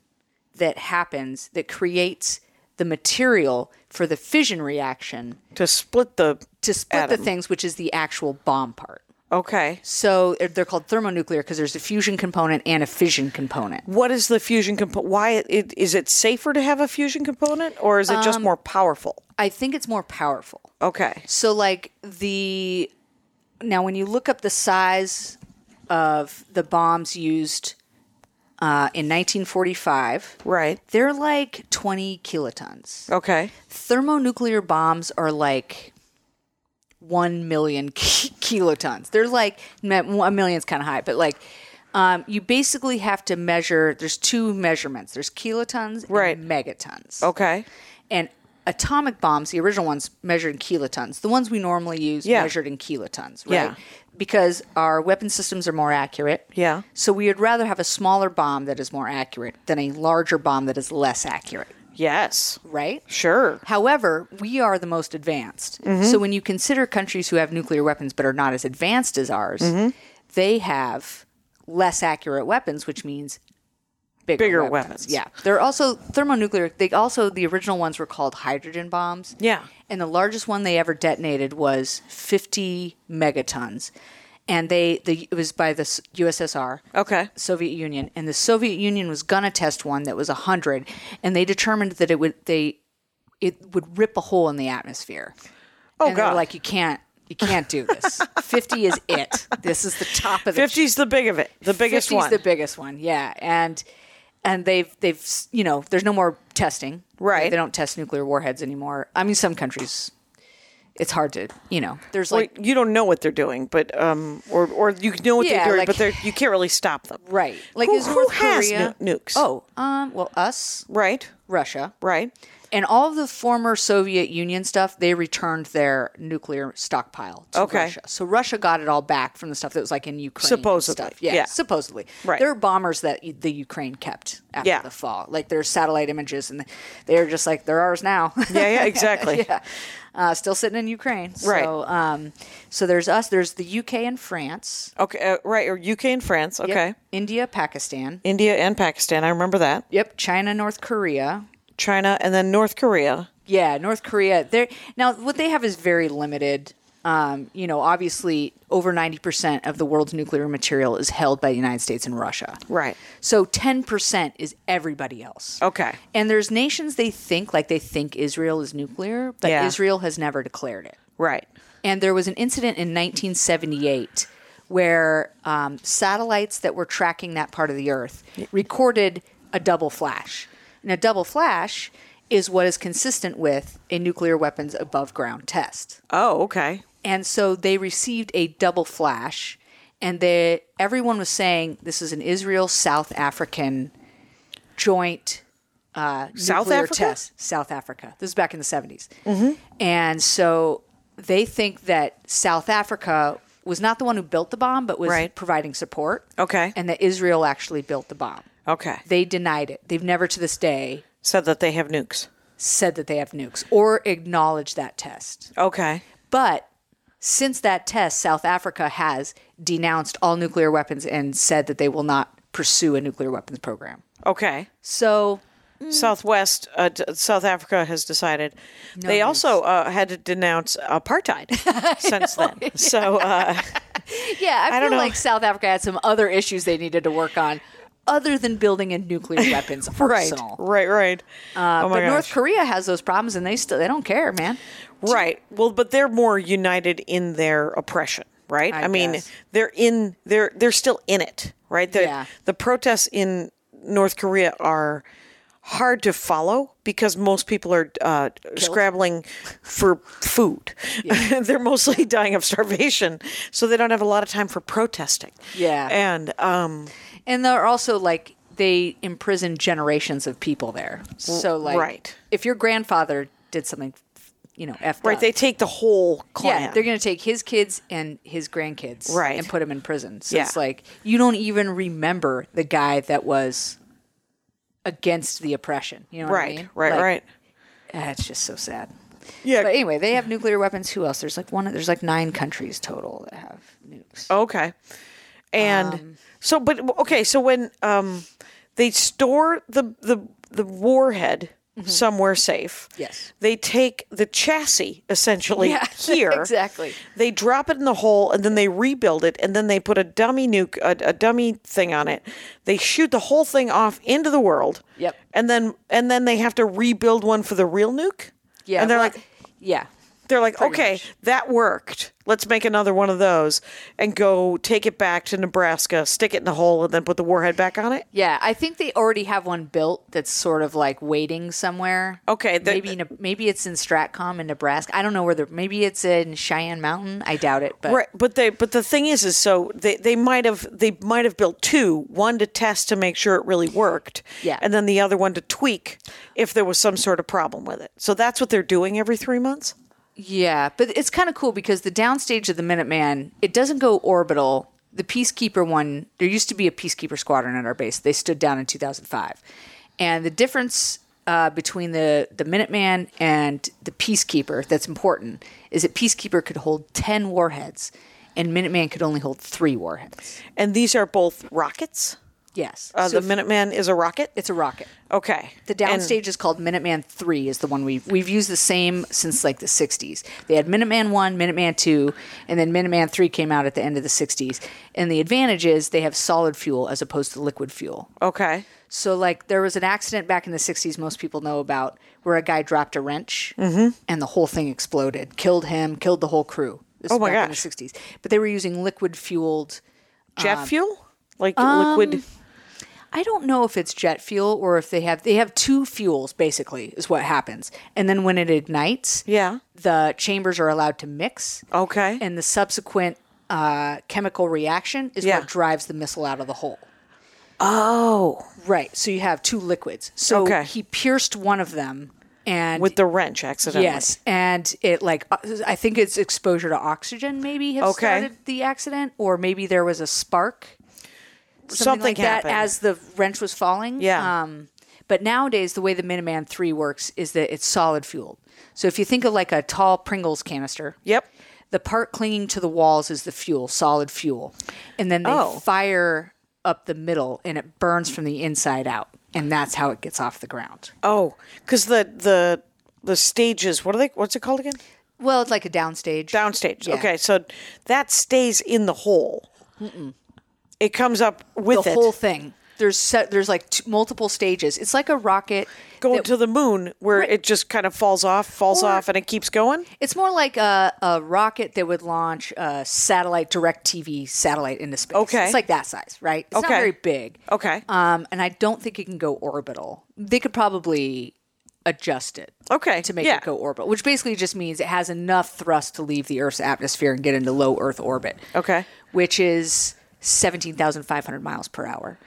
S4: that happens that creates the material for the fission reaction
S3: To split the.
S4: to split the
S3: Atom.
S4: things, which is the actual bomb part.
S3: Okay.
S4: So they're- they're called thermonuclear because there's a fusion component and a fission component.
S3: What is the fusion component? Why it, is it safer to have a fusion component, or is it just
S4: Um,
S3: more powerful?
S4: I think it's more powerful.
S3: Okay.
S4: So like the now when you look up the size of the bombs used uh, in 1945.
S3: Right.
S4: They're like 20 kilotons.
S3: Okay.
S4: Thermonuclear bombs are like 1 million [laughs] ki- kilotons. They're like, me- 1 million's kind of high, but like, um, you basically have to measure, there's two measurements there's kilotons
S3: Right.
S4: and megatons.
S3: Okay.
S4: And atomic bombs, the original ones measured in kilotons. The ones we normally use
S3: Yeah.
S4: measured in kilotons,
S3: Yeah.
S4: right? Because our weapon systems are more accurate.
S3: Yeah.
S4: So we would rather have a smaller bomb that is more accurate than a larger bomb that is less accurate,
S3: Yes.
S4: right?
S3: Sure. Mm-hmm.
S4: However, we are the most advanced. So when you consider countries who have nuclear weapons but are not as advanced as ours,
S3: Mm-hmm.
S4: they have less accurate weapons, which means bigger,
S3: Bigger weapons.
S4: Yeah. They're also thermonuclear. They also the original ones were called hydrogen bombs.
S3: Yeah.
S4: And the largest one they ever detonated was 50 megatons. And they the it was by the S- USSR.
S3: Okay.
S4: Soviet Union, and the Soviet Union was gonna test one that was hundred, and they determined that it would they it would rip a hole in the atmosphere. Oh and they were
S3: God.
S4: Like you can't you can't do
S3: [laughs]
S4: this. Fifty is it. This is the top of the
S3: 50's the big of it. The biggest
S4: 50's
S3: one.
S4: the biggest one. Yeah, and and they've they've you know there's no more testing.
S3: Right.
S4: They don't test nuclear warheads anymore. I mean, some countries. It's hard to, you know. There's
S3: Well,
S4: like
S3: you don't know what they're doing, but um, or or you know what
S4: Yeah,
S3: they're doing,
S4: like-
S3: but they're, you can't really stop them.
S4: right, like
S3: who,
S4: is
S3: who
S4: North
S3: has
S4: Korea
S3: nu- nukes?
S4: Oh, um, well, us,
S3: right,
S4: Russia,
S3: right.
S4: and all of the former Soviet Union stuff, they returned their nuclear stockpile to
S3: Okay.
S4: Russia. So Russia got it all back from the stuff that was like in Ukraine. and
S3: Supposedly,
S4: stuff. Yeah,
S3: yeah.
S4: supposedly.
S3: Right.
S4: There are bombers that y- the Ukraine kept after
S3: Yeah.
S4: the fall. Like there's satellite images, and they're just like they're ours now. [laughs]
S3: Yeah, yeah, exactly.
S4: yeah. Uh, still sitting in Ukraine. So,
S3: Right.
S4: Um, so there's us. There's the UK and France.
S3: Okay, uh, right. Or UK and France.
S4: Yep.
S3: Okay,
S4: India, Pakistan.
S3: India and Pakistan. I remember that.
S4: Yep. China, North Korea.
S3: China and then North Korea.
S4: Yeah, North Korea. They're now what they have is very limited. Um, you know, obviously, over ninety percent of the world's nuclear material is held by the United States and Russia.
S3: Right.
S4: So ten percent is everybody else.
S3: Okay.
S4: And there's nations they think like they think Israel is nuclear, but
S3: Yeah.
S4: Israel has never declared it.
S3: Right.
S4: And there was an incident in 1978 where um, satellites that were tracking that part of the Earth recorded a double flash. And a double flash is what is consistent with a nuclear weapons above ground test.
S3: Oh, okay.
S4: And so they received a double flash, and they, everyone was saying this is an Israel South African joint uh,
S3: South
S4: nuclear
S3: Africa? Mm-hmm.
S4: test. South Africa. This is back in the 70s. And so they think that South Africa was not the one who built the bomb, but was
S3: Right.
S4: providing support.
S3: Okay.
S4: And that Israel actually built the bomb.
S3: Okay.
S4: They denied it. They've never to this day
S3: Said that they have nukes.
S4: said that they have nukes or acknowledged that test.
S3: Okay.
S4: But since that test, South Africa has denounced all nuclear weapons and said that they will not pursue a nuclear weapons program.
S3: Okay.
S4: So, Mm-hmm.
S3: Southwest uh, d- South Africa has decided. they also uh, had to denounce apartheid
S4: [laughs]
S3: since then. So uh,
S4: yeah, I,
S3: don't
S4: feel
S3: know.
S4: like South Africa had some other issues they needed to work on other than building a
S3: [laughs]
S4: nuclear weapons arsenal.
S3: right, right. oh my
S4: Uh, But North
S3: gosh.
S4: Korea has those problems and they still they don't care, man.
S3: Right. Well, but they're more united in their oppression, right? I,
S4: I
S3: mean,
S4: guess.
S3: they're in they're they're still in it, right? The
S4: Yeah.
S3: the protests in North Korea are hard to follow because most people are uh, scrabbling for food. [laughs] they're mostly dying of starvation, so they don't have a lot of time for protesting.
S4: Yeah.
S3: And um
S4: And they're also like they imprison generations of people there. So like
S3: right.
S4: if your grandfather did something you know, effed
S3: right,
S4: up,
S3: they take the whole clan.
S4: Yeah, they're going to take his kids and his grandkids
S3: Right.
S4: and put them in prison. So it's
S3: Yeah.
S4: like you don't even remember the guy that was against the oppression. You know what I
S3: right,
S4: mean?
S3: right,
S4: Like,
S3: right.
S4: ah, it's just so sad.
S3: Yeah.
S4: But anyway, they have nuclear weapons. Who else? There's like one. There's like nine countries total that have nukes. [laughs]
S3: Okay. And
S4: Um,
S3: so but okay, so when um they store the the the warhead somewhere safe.
S4: Mm-hmm. Yes.
S3: They take the chassis essentially
S4: Yeah, [laughs]
S3: here.
S4: exactly.
S3: They drop it in the hole and then they rebuild it and then they put a dummy nuke a, a dummy thing on it. They shoot the whole thing off into the world.
S4: Yep.
S3: And then and then they have to rebuild one for the real nuke.
S4: Yeah,
S3: And they're
S4: well,
S3: like
S4: yeah.
S3: they're like, okay,
S4: much.
S3: that worked. Let's make another one of those and go take it back to Nebraska, stick it in the hole, and then put the warhead back on it.
S4: Yeah, I think they already have one built that's sort of like waiting somewhere.
S3: Okay, the-
S4: maybe in- maybe it's in Stratcom in Nebraska. I don't know where they're. Maybe it's in Cheyenne Mountain. I doubt it, but
S3: Right, but they but the thing is, is so they, they might have they might have built two, one to test to make sure it really worked,
S4: Yeah.
S3: and then the other one to tweak if there was some sort of problem with it. So that's what they're doing every three months.
S4: yeah, but it's kind of cool because the downstage of the Minuteman it doesn't go orbital. The Peacekeeper one, there used to be a Peacekeeper squadron at our base. They stood down in 2005, and the difference uh, between the the Minuteman and the Peacekeeper that's important is that Peacekeeper could hold ten warheads, and Minuteman could only hold three warheads.
S3: And these are both rockets.
S4: Yes.
S3: Uh,
S4: So
S3: the
S4: if-
S3: Minuteman is a rocket.
S4: it's a rocket.
S3: okay.
S4: The
S3: And-
S4: downstage is called Minuteman 3 is the one we've we've used the same since like the 60s. They had Minuteman 1, Minuteman 2, and then Minuteman 3 came out at the end of the 60s. And the advantage is they have solid fuel as opposed to liquid fuel.
S3: okay.
S4: So like there was an accident back in the 60s most people know about where a guy dropped a wrench
S3: Mm-hmm.
S4: and the whole thing exploded, killed him, killed the whole crew. This
S3: Oh my
S4: was back
S3: gosh.
S4: in the 60s. But they were using liquid fueled
S3: Jet
S4: Um,
S3: fuel, like liquid.
S4: I don't know if it's jet fuel or if they have they have two fuels basically is what happens. And then when it ignites,
S3: Yeah.
S4: the chambers are allowed to mix.
S3: Okay.
S4: And the subsequent uh, chemical reaction is
S3: Yeah.
S4: what drives the missile out of the hole.
S3: oh,
S4: Right. So you have two liquids. So
S3: Okay.
S4: he pierced one of them and
S3: with the wrench accidentally.
S4: Yes, and it like uh, I think it's exposure to oxygen maybe has
S3: Okay.
S4: started the accident, or maybe there was a spark, something,
S3: Something
S4: like
S3: happened.
S4: that as the wrench was falling.
S3: Yeah.
S4: Um, but nowadays, the way the Minuteman Three works is that it's solid fueled. So if you think of like a tall Pringles canister,
S3: Yep.
S4: the part clinging to the walls is the fuel, solid fuel, and then they
S3: Oh.
S4: fire up the middle, and it burns from the inside out, and that's how it gets off the ground.
S3: Oh, because the the the stages. What are they? What's it called again?
S4: Well, it's like a downstage.
S3: Downstage.
S4: Yeah.
S3: Okay, so that stays in the hole. It comes up with
S4: the
S3: it.
S4: whole thing. There's se- there's like t- multiple stages. It's like a rocket.
S3: Going
S4: that-
S3: to the moon, where
S4: Right.
S3: it just kind of falls off, falls
S4: Or-
S3: off, and it keeps going.
S4: it's more like a, a rocket that would launch a satellite, direct TV satellite into space.
S3: Okay.
S4: it's like that size, right? It's
S3: Okay.
S4: not very big.
S3: Okay.
S4: Um, and I don't think it can go orbital. They could probably adjust it.
S3: Okay,
S4: To make
S3: yeah.
S4: it go orbital, which basically just means it has enough thrust to leave the Earth's atmosphere and get into low Earth orbit.
S3: Okay.
S4: Which is seventeen thousand five hundred miles per hour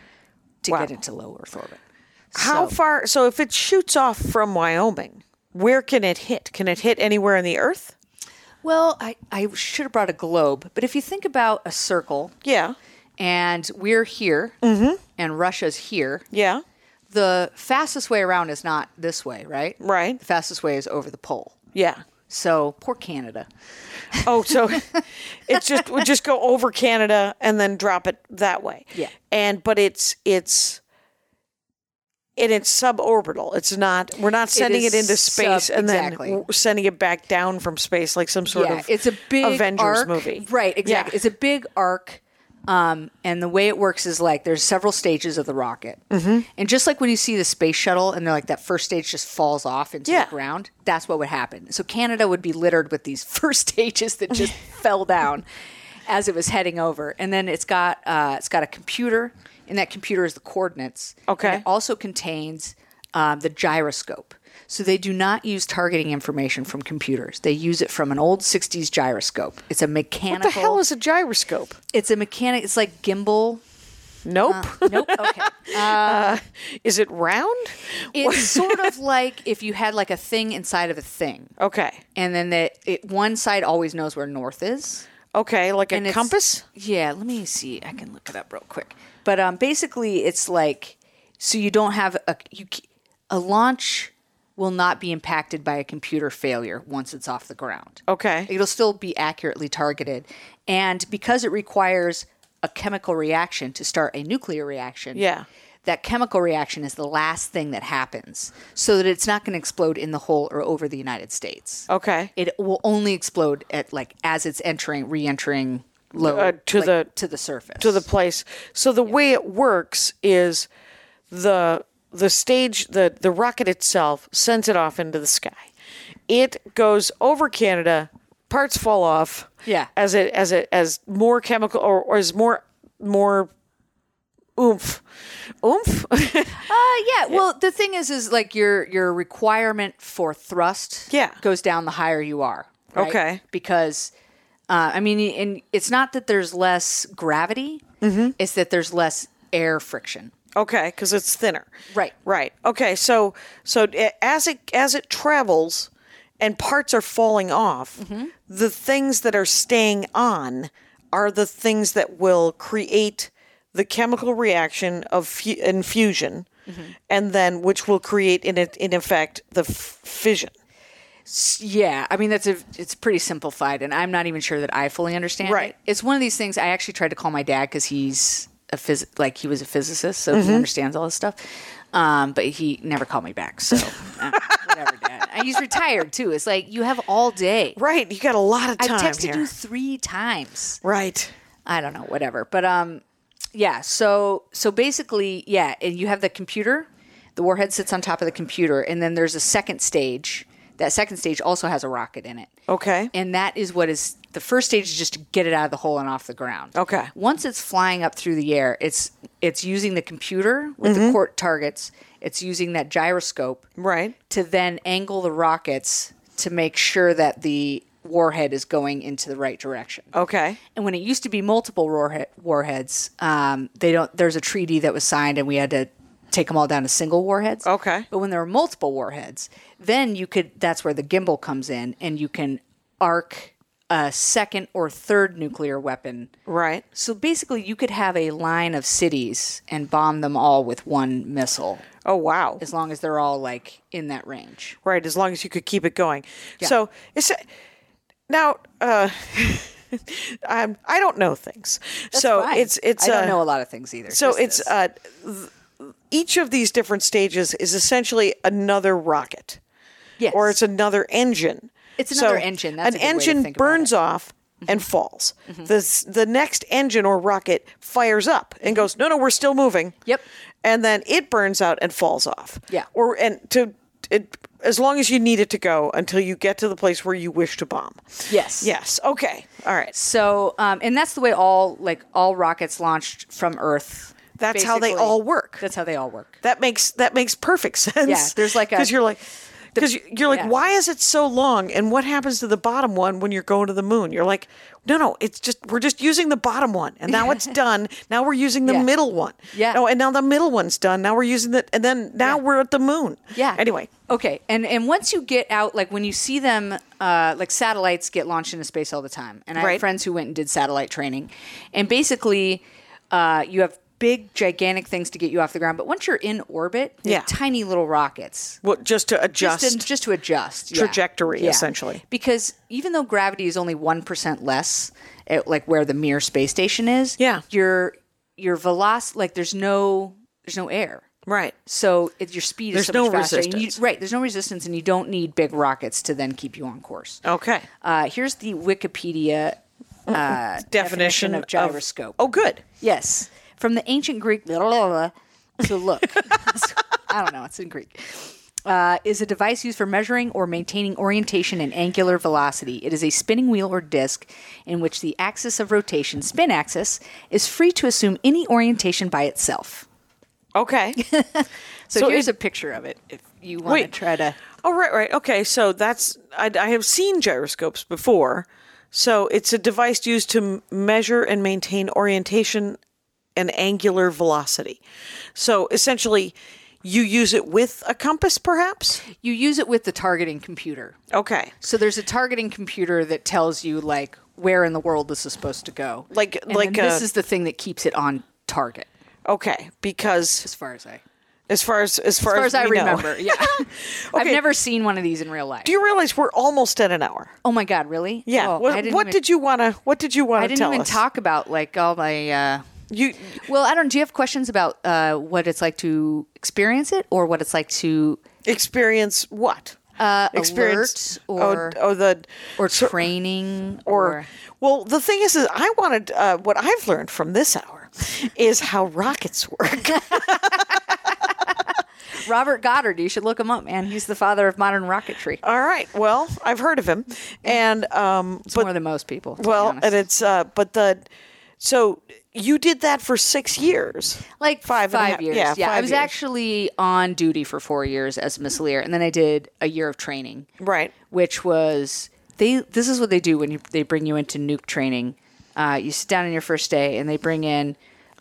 S4: to
S3: Wow.
S4: get into low Earth orbit.
S3: How
S4: So-
S3: far? So if it shoots off from Wyoming, where can it hit? Can it hit anywhere in the Earth?
S4: Well, I, I should have brought a globe, but if you think about a circle,
S3: Yeah.
S4: and we're here, and Russia's here,
S3: Yeah.
S4: the fastest way around is not this way, right?
S3: Right.
S4: The fastest way is over the pole.
S3: Yeah.
S4: So poor Canada.
S3: Oh, so [laughs] it's just we just go over Canada and then drop it that way.
S4: Yeah.
S3: And but it's it's and it's suborbital. It's not we're not sending it,
S4: is
S3: into space
S4: sub-
S3: and then
S4: exactly.
S3: w- sending it back down from space like some sort
S4: yeah,
S3: of
S4: it's a big
S3: Avengers
S4: arc.
S3: movie.
S4: right? Exactly.
S3: Yeah.
S4: It's a big arc. Um, and the way it works is like there's several stages of the rocket, mm-hmm. and just like when you see the space shuttle, and they're like that first stage just falls off into
S3: Yeah.
S4: the ground. That's what would happen. So Canada would be littered with these [laughs] first stages
S3: [laughs]
S4: that just fell down as it was heading over, and then it's got uh, it's got a computer, and that computer is the coordinates.
S3: Okay.
S4: And it also contains um, the gyroscope. So they do not use targeting information from computers. They use it from an old 60s gyroscope. It's a
S3: what
S4: mechanical.
S3: the hell is a gyroscope?
S4: It's a mechanic. It's like gimbal.
S3: Nope.
S4: Nope. Okay.
S3: [laughs] is it round?
S4: It's sort of like if you had like a thing inside of a thing,
S3: Okay.
S4: and then the it, one side always knows where north is.
S3: Okay, like
S4: And
S3: a
S4: it's-
S3: compass?
S4: Yeah. Let me see. I can look it up real quick. But um, basically, it's like so you don't have a you c- a launch will not be impacted by a computer failure once it's off the ground.
S3: Okay.
S4: It'll still be accurately targeted. And because it requires a chemical reaction to start a nuclear reaction,
S3: Yeah.
S4: that chemical reaction is the last thing that happens so that it's not going to explode in the hole or over the United States.
S3: Okay.
S4: It will only explode at like as it's entering, re-entering low
S3: Uh, to
S4: like,
S3: the-
S4: to the surface.
S3: to the place. So the way it works is the the stage the the rocket itself sends it off into the sky. It goes over Canada. Parts fall off.
S4: Yeah.
S3: As it as it as more chemical or, or as more more oomph oomph. [laughs]
S4: Uh, yeah. Well, the thing is, is like your your requirement for thrust
S3: Yeah.
S4: goes down the higher you are. right?
S3: Okay.
S4: Because, uh, I mean, and it's not that there's less gravity;
S3: Mm-hmm.
S4: it's that there's less air friction.
S3: okay, because it's thinner.
S4: Right.
S3: Right. Okay. So so a- as it as it travels and parts are falling off,
S4: Mm-hmm.
S3: the things that are staying on are the things that will create the chemical reaction of fu- infusion,
S4: Mm-hmm.
S3: and then which will create in it, in effect the f- fission.
S4: Yeah, I mean that's a it's pretty simplified, and I'm not even sure that I fully understand.
S3: Right.
S4: it. it's one of these things. I actually tried to call my dad because he's a phys- like he was a physicist, so
S3: Mm-hmm.
S4: he understands all this stuff. Um, but he never called me
S3: [laughs]
S4: back. So uh, whatever, Dad. And He's retired too. It's like you have all day.
S3: Right. You got a lot of
S4: I
S3: time
S4: texted
S3: here.
S4: you three times.
S3: right.
S4: I don't know, whatever. But um, yeah. So so basically, yeah. And you have the computer. The warhead sits on top of the computer, and then there's a second stage. That second stage also has a rocket in it.
S3: Okay.
S4: And that is what is the first stage is just to get it out of the hole and off the ground.
S3: Okay.
S4: Once it's flying up through the air, it's it's using the computer with the court targets. It's using that gyroscope
S3: Mm-hmm. Right.
S4: to then angle the rockets to make sure that the warhead is going into the right direction.
S3: Okay.
S4: And when it used to be multiple warhead, warheads, um, they don't. There's a treaty that was signed, and we had to take them all down to single warheads.
S3: Okay.
S4: But when there were multiple warheads, then you could. That's where the gimbal comes in, and you can arc a second or third nuclear weapon.
S3: Right.
S4: So basically, you could have a line of cities and bomb them all with one missile,
S3: Oh wow.
S4: as long as they're all like in that range.
S3: Right, as long as you could keep it going. So it's now uh, [laughs] I'm, I don't know things. so
S4: Fine.
S3: it's it's
S4: I don't
S3: uh,
S4: know a lot of things either.
S3: so
S4: just
S3: it's
S4: this.
S3: uh, th- each of these different stages is essentially another rocket,
S4: yes.
S3: or it's another engine.
S4: It's
S3: So
S4: another engine.
S3: an
S4: That's a good way to
S3: engine
S4: think about Mm-hmm.
S3: burns off. And falls. The s The next engine or rocket fires up and goes, no, no, we're still moving.
S4: Mm-hmm. Yep.
S3: And then it burns out and falls off.
S4: Yeah.
S3: Or and to it, as long as you need it to go until you get to the place where you wish to bomb.
S4: yes.
S3: Yes. Okay. All right.
S4: So, um, and that's the way all like all rockets launched from Earth.
S3: That's how they
S4: basically-
S3: all work.
S4: That's how they all work.
S3: That makes that makes perfect [laughs] sense.
S4: Yeah, there's like a-
S3: because you're like because you're like
S4: yeah.
S3: why is it so long and what happens to the bottom one when you're going to the moon? You're like no no it's just we're just using the bottom one and now
S4: [laughs]
S3: it's done. Now we're using the
S4: Yeah.
S3: middle one.
S4: Yeah.
S3: No, and now the middle one's done. Now we're using the and then now we're at the moon.
S4: Yeah.
S3: Anyway.
S4: Okay. And and once you get out, like when you see them, uh, like satellites get launched into space all the time. And I
S3: Right.
S4: have friends who went and did satellite training, and basically, uh, you have big gigantic things to get you off the ground. But once you're in orbit, they're
S3: Yeah.
S4: tiny little rockets.
S3: Well, just to adjust.
S4: Just to, just to adjust yeah.
S3: Trajectory, essentially.
S4: Because even though gravity is only one percent less, at, like where the Mir space station is,
S3: Yeah.
S4: your your velocity, like there's no there's no air,
S3: right.
S4: so it, your speed
S3: There's
S4: is so
S3: no
S4: much faster. and you-
S3: resistance.
S4: right? There's no resistance, and you don't need big rockets to then keep you on course.
S3: Okay.
S4: Uh, here's the Wikipedia uh,
S3: Definition,
S4: of gyroscope.
S3: oh, good.
S4: Yes, from the ancient Greek blah, blah, blah, blah,
S3: [laughs]
S4: to look. [laughs] I don't know. It's in Greek. Uh, is a device used for measuring or maintaining orientation and angular velocity. It is a spinning wheel or disc in which the axis of rotation, spin axis, is free to assume any orientation by itself.
S3: Okay.
S4: So,
S3: So
S4: here's
S3: it-
S4: a picture of it if you want to
S3: Wait.
S4: try to.
S3: oh, right, right. Okay. So that's I, I have seen gyroscopes before. So it's a device used to m- measure and maintain orientation and angular velocity. So essentially, you use it with a compass, perhaps.
S4: You use it with the targeting computer.
S3: Okay.
S4: So there's a targeting computer that tells you like where in the world this is supposed to go.
S3: Like-
S4: And
S3: like uh,
S4: then this
S3: a-
S4: is the thing that keeps it on target,
S3: Okay. Because
S4: as far as I
S3: as far as as far as,
S4: as far as I
S3: we know- [laughs]
S4: remember. Yeah, I've
S3: Okay.
S4: never seen one of these in real life.
S3: do you realize we're almost at an hour?
S4: oh my god, really?
S3: Yeah.
S4: Oh, I
S3: what
S4: didn't
S3: what
S4: even-
S3: did you want to What did you want
S4: I
S3: to
S4: didn't
S3: tell
S4: even
S3: us?
S4: talk about like all my. Uh,
S3: You
S4: well, I don't. Do you have questions about uh, what it's like to experience it, or what it's like to
S3: experience what?
S4: uh,
S3: experience
S4: alert or
S3: oh, oh, the
S4: or training
S3: or well the thing is is I wanted uh, what I've
S4: [laughs]
S3: learned from this hour is how rockets work.
S6: Robert Goddard. You should look him up, man. He's the father of modern rocketry.
S3: All right. Well, I've heard of him, and um,
S4: It's
S3: but
S4: more than most people. to be
S3: well,
S4: honest.
S3: and it's uh, but the so you did that for six years.
S4: like
S3: Five and a
S4: five
S3: half-
S4: years.
S3: yeah,
S4: Yeah, I
S3: five
S4: was
S3: years.
S4: actually on duty for four years as a missileer, and then I did a year of training.
S3: Right.
S4: which was they. This is what they do when you, they bring you into nuke training. Uh, you sit down on your first day, and they bring in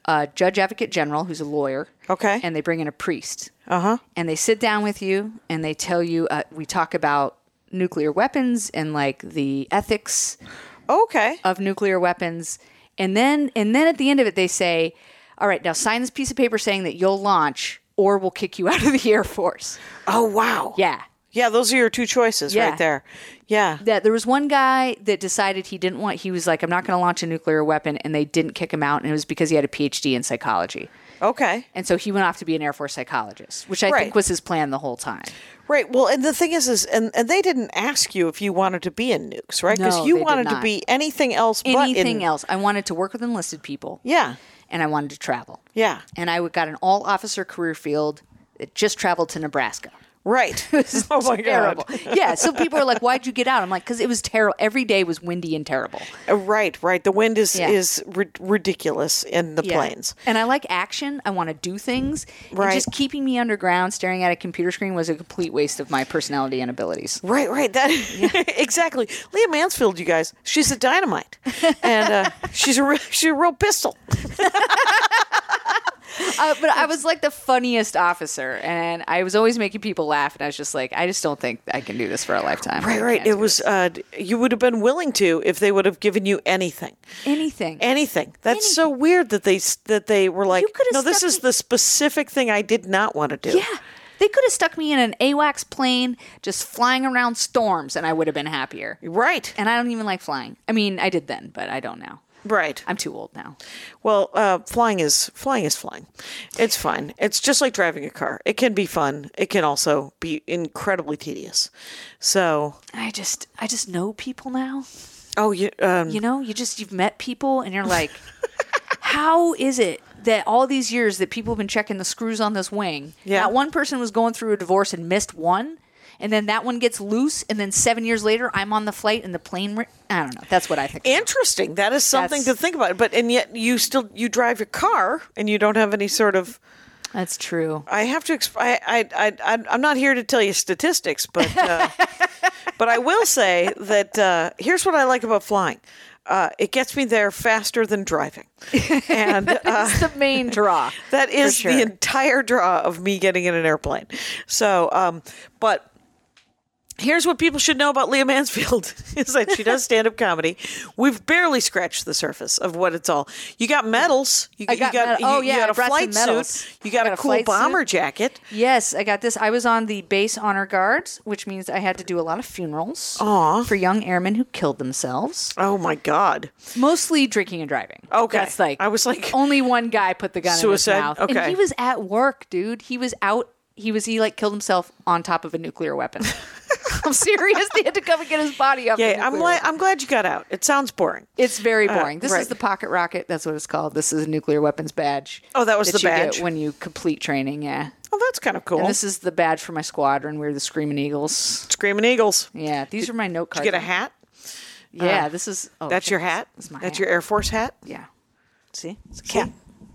S4: a judge advocate general who's a lawyer.
S3: Okay.
S4: and they bring in a priest. Uh huh. And they sit down with you, and they tell you. Uh, we talk about nuclear weapons and like the ethics
S3: Okay.
S4: of nuclear weapons. And then and then at the end of it they say, "All right, now sign this piece of paper saying that you'll launch or we'll kick you [laughs] out of the Air Force."
S3: oh wow.
S4: Yeah.
S3: Yeah. Those are your two choices
S4: Yeah.
S3: right there. Yeah.
S4: That there was one guy that decided he didn't want he was like, "I'm not going to launch a nuclear weapon." And they didn't kick him out and it was because he had a PhD in psychology.
S3: Okay.
S4: And so he went off to be an Air Force psychologist, which I
S3: Right.
S4: think was his plan the whole time.
S3: Right. Well, and the thing is, is and, and they didn't ask you if you wanted to be in nukes, right? Because
S4: No,
S3: you
S4: they did
S3: wanted to
S4: not.
S3: be anything else but
S4: Anything
S3: in,
S4: else? I wanted to work with enlisted people.
S3: Yeah.
S4: And I wanted to travel.
S3: Yeah.
S4: And I got an all officer career field that just traveled to Nebraska. [laughs]
S3: Right.
S4: It's
S3: oh my
S4: terrible.
S3: god.
S4: yeah. So people are like, "Why'd you get out?" I'm like, "Cause it was terrible. Every day was windy and terrible."
S3: Uh, Right. Right. The wind is
S4: Yeah.
S3: is ri- ridiculous in the planes.
S4: And I like action. I want to do things. And
S3: Right.
S4: just keeping me underground, staring at a computer screen, was a complete waste of my personality and abilities.
S3: Right, right. That [laughs] exactly. Leah Mansfield, you guys. She's a dynamite, and
S4: [laughs]
S3: uh, she's a real, she's a real pistol.
S4: Uh, but I was like the funniest officer, and I was always making people laugh. And I was just like, I just don't think I can do this for a lifetime.
S3: Right,
S4: I
S3: right.
S4: can't do
S3: It was uh, d- you would have been willing to if they would have given you anything,
S4: anything.
S3: anything. That's so weird that they s- that they were like,
S4: could have
S3: no, this
S4: stuck
S3: is
S4: me-
S3: the specific thing I did not want to do.
S4: yeah. They could have stuck me in an AWACS plane, just flying around storms, and I would have been happier.
S3: Right.
S4: And I don't even like flying. I mean, I did then, but I don't now.
S3: Right.
S4: I'm too old now.
S3: Well, uh, flying is flying is flying. It's fun. It's just like driving a car. It can be fun. It can also be incredibly tedious. So,
S4: I just I just know people now.
S3: oh, you um,
S4: You know, you just you've met people and you're like, how is it that all these years that people have been checking the screws on this wing,
S3: Yeah.
S4: not one person was going through a divorce and missed one, and then that one gets loose, and then seven years later I'm on the flight and the plane. Re- I don't know. That's what I think.
S3: interesting. That is something
S4: That's-
S3: to think about. But and yet you still you drive your car and you don't have any sort of.
S4: That's true.
S3: I have to. Exp- I, I, I, I, I'm not here to tell you statistics, but [laughs] uh, but I will say that uh, here's what I like about flying. Uh, it gets me there faster than [laughs] driving, and uh,
S4: It's the main draw.
S3: that is
S4: sure.
S3: the entire draw of me getting in an airplane. So, um, but here's what people should know about Leah Mansfield [laughs] is that she does stand up comedy. We've barely scratched the surface of what it's all. You got medals. You,
S4: I
S3: you
S4: got med-
S3: you,
S4: oh,
S3: you
S4: yeah,
S3: got
S4: I
S3: a
S4: brought some
S3: flight
S4: medals.
S3: suit. You got,
S4: Got
S3: a
S4: a
S3: cool
S4: flight suit.
S3: bomber jacket.
S4: Yes, I got this. I was on the base honor guards, which means I had to do a lot of funerals for young airmen who killed themselves.
S3: Oh my god.
S4: mostly drinking and driving.
S3: Okay.
S4: that's like
S3: I was like-
S4: only one guy put the gun
S3: Suicide?
S4: in his mouth,
S3: Okay.
S4: and he was at work, dude. He was out. He was he like killed himself on top of a nuclear weapon.
S3: [laughs]
S4: I'm serious. They had to come and get his body up.
S3: Yeah, I'm glad. I'm glad you got out. It sounds boring.
S4: It's very boring. this
S3: right.
S4: is the pocket rocket. That's what it's called. This is a nuclear weapons badge.
S3: Oh, that was the
S4: you get
S3: badge?
S4: when you complete training. Yeah.
S3: Oh, that's kind of cool.
S4: And this is the badge for my squadron. We're the Screaming Eagles.
S3: Screaming Eagles.
S4: Yeah, these are my note
S3: Did
S4: cards.
S3: you get a hat? Uh,
S4: Yeah, this is. Oh,
S3: That's
S4: check
S3: your
S4: this.
S3: hat.
S4: That's my
S3: That's
S4: hat.
S3: your Air Force hat.
S4: Yeah. See, it's a
S3: Cap.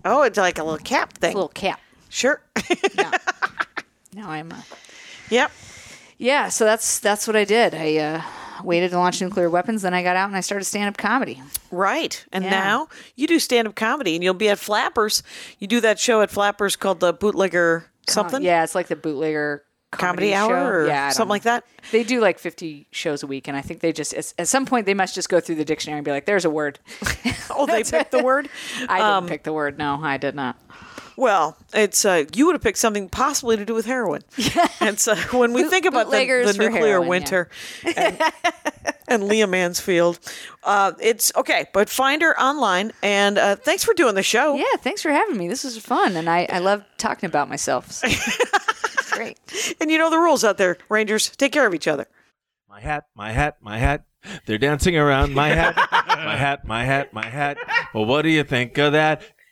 S3: Oh, it's like a little cap thing.
S4: little cap.
S3: Sure. [laughs]
S4: now, now I'm. A,
S3: yep.
S4: yeah, so that's that's what I did. I uh, waited to launch nuclear weapons, then I got out and I started stand up comedy.
S3: Right. And
S4: Yeah.
S3: now you do stand up comedy and you'll be at Flappers. You do that show at Flappers called the Bootlegger something.
S4: yeah, it's like the bootlegger
S3: Comedy
S4: comedy,
S3: hour
S4: show.
S3: or
S4: Yeah, I don't
S3: something
S4: know.
S3: like that?
S4: They do like fifty shows a week, and I think they just at- at some point they must just go through the dictionary and be like, "There's a word."
S3: Oh, they picked the
S4: [laughs]
S3: word.
S4: I didn't
S3: Um,
S4: pick the word. No, I did not.
S3: Well, it's uh, you would have picked something possibly to do with heroin. Yeah. And so [laughs] when we
S4: Boot-
S3: think about the, the
S4: bootleggers for
S3: nuclear
S4: heroin, yeah. [laughs]
S3: winter and, and Leah Mansfield, uh, it's okay. But find her online. And uh, thanks for doing the show.
S4: Yeah, thanks for having me. This was fun, and I I love talking about myself.
S3: [laughs]
S4: So. It's great.
S3: And you know the rules out there, Rangers. Take care of each other.
S7: My hat, my hat, my hat. They're dancing around my hat, my hat, my hat, my hat. Well, what do you think of that?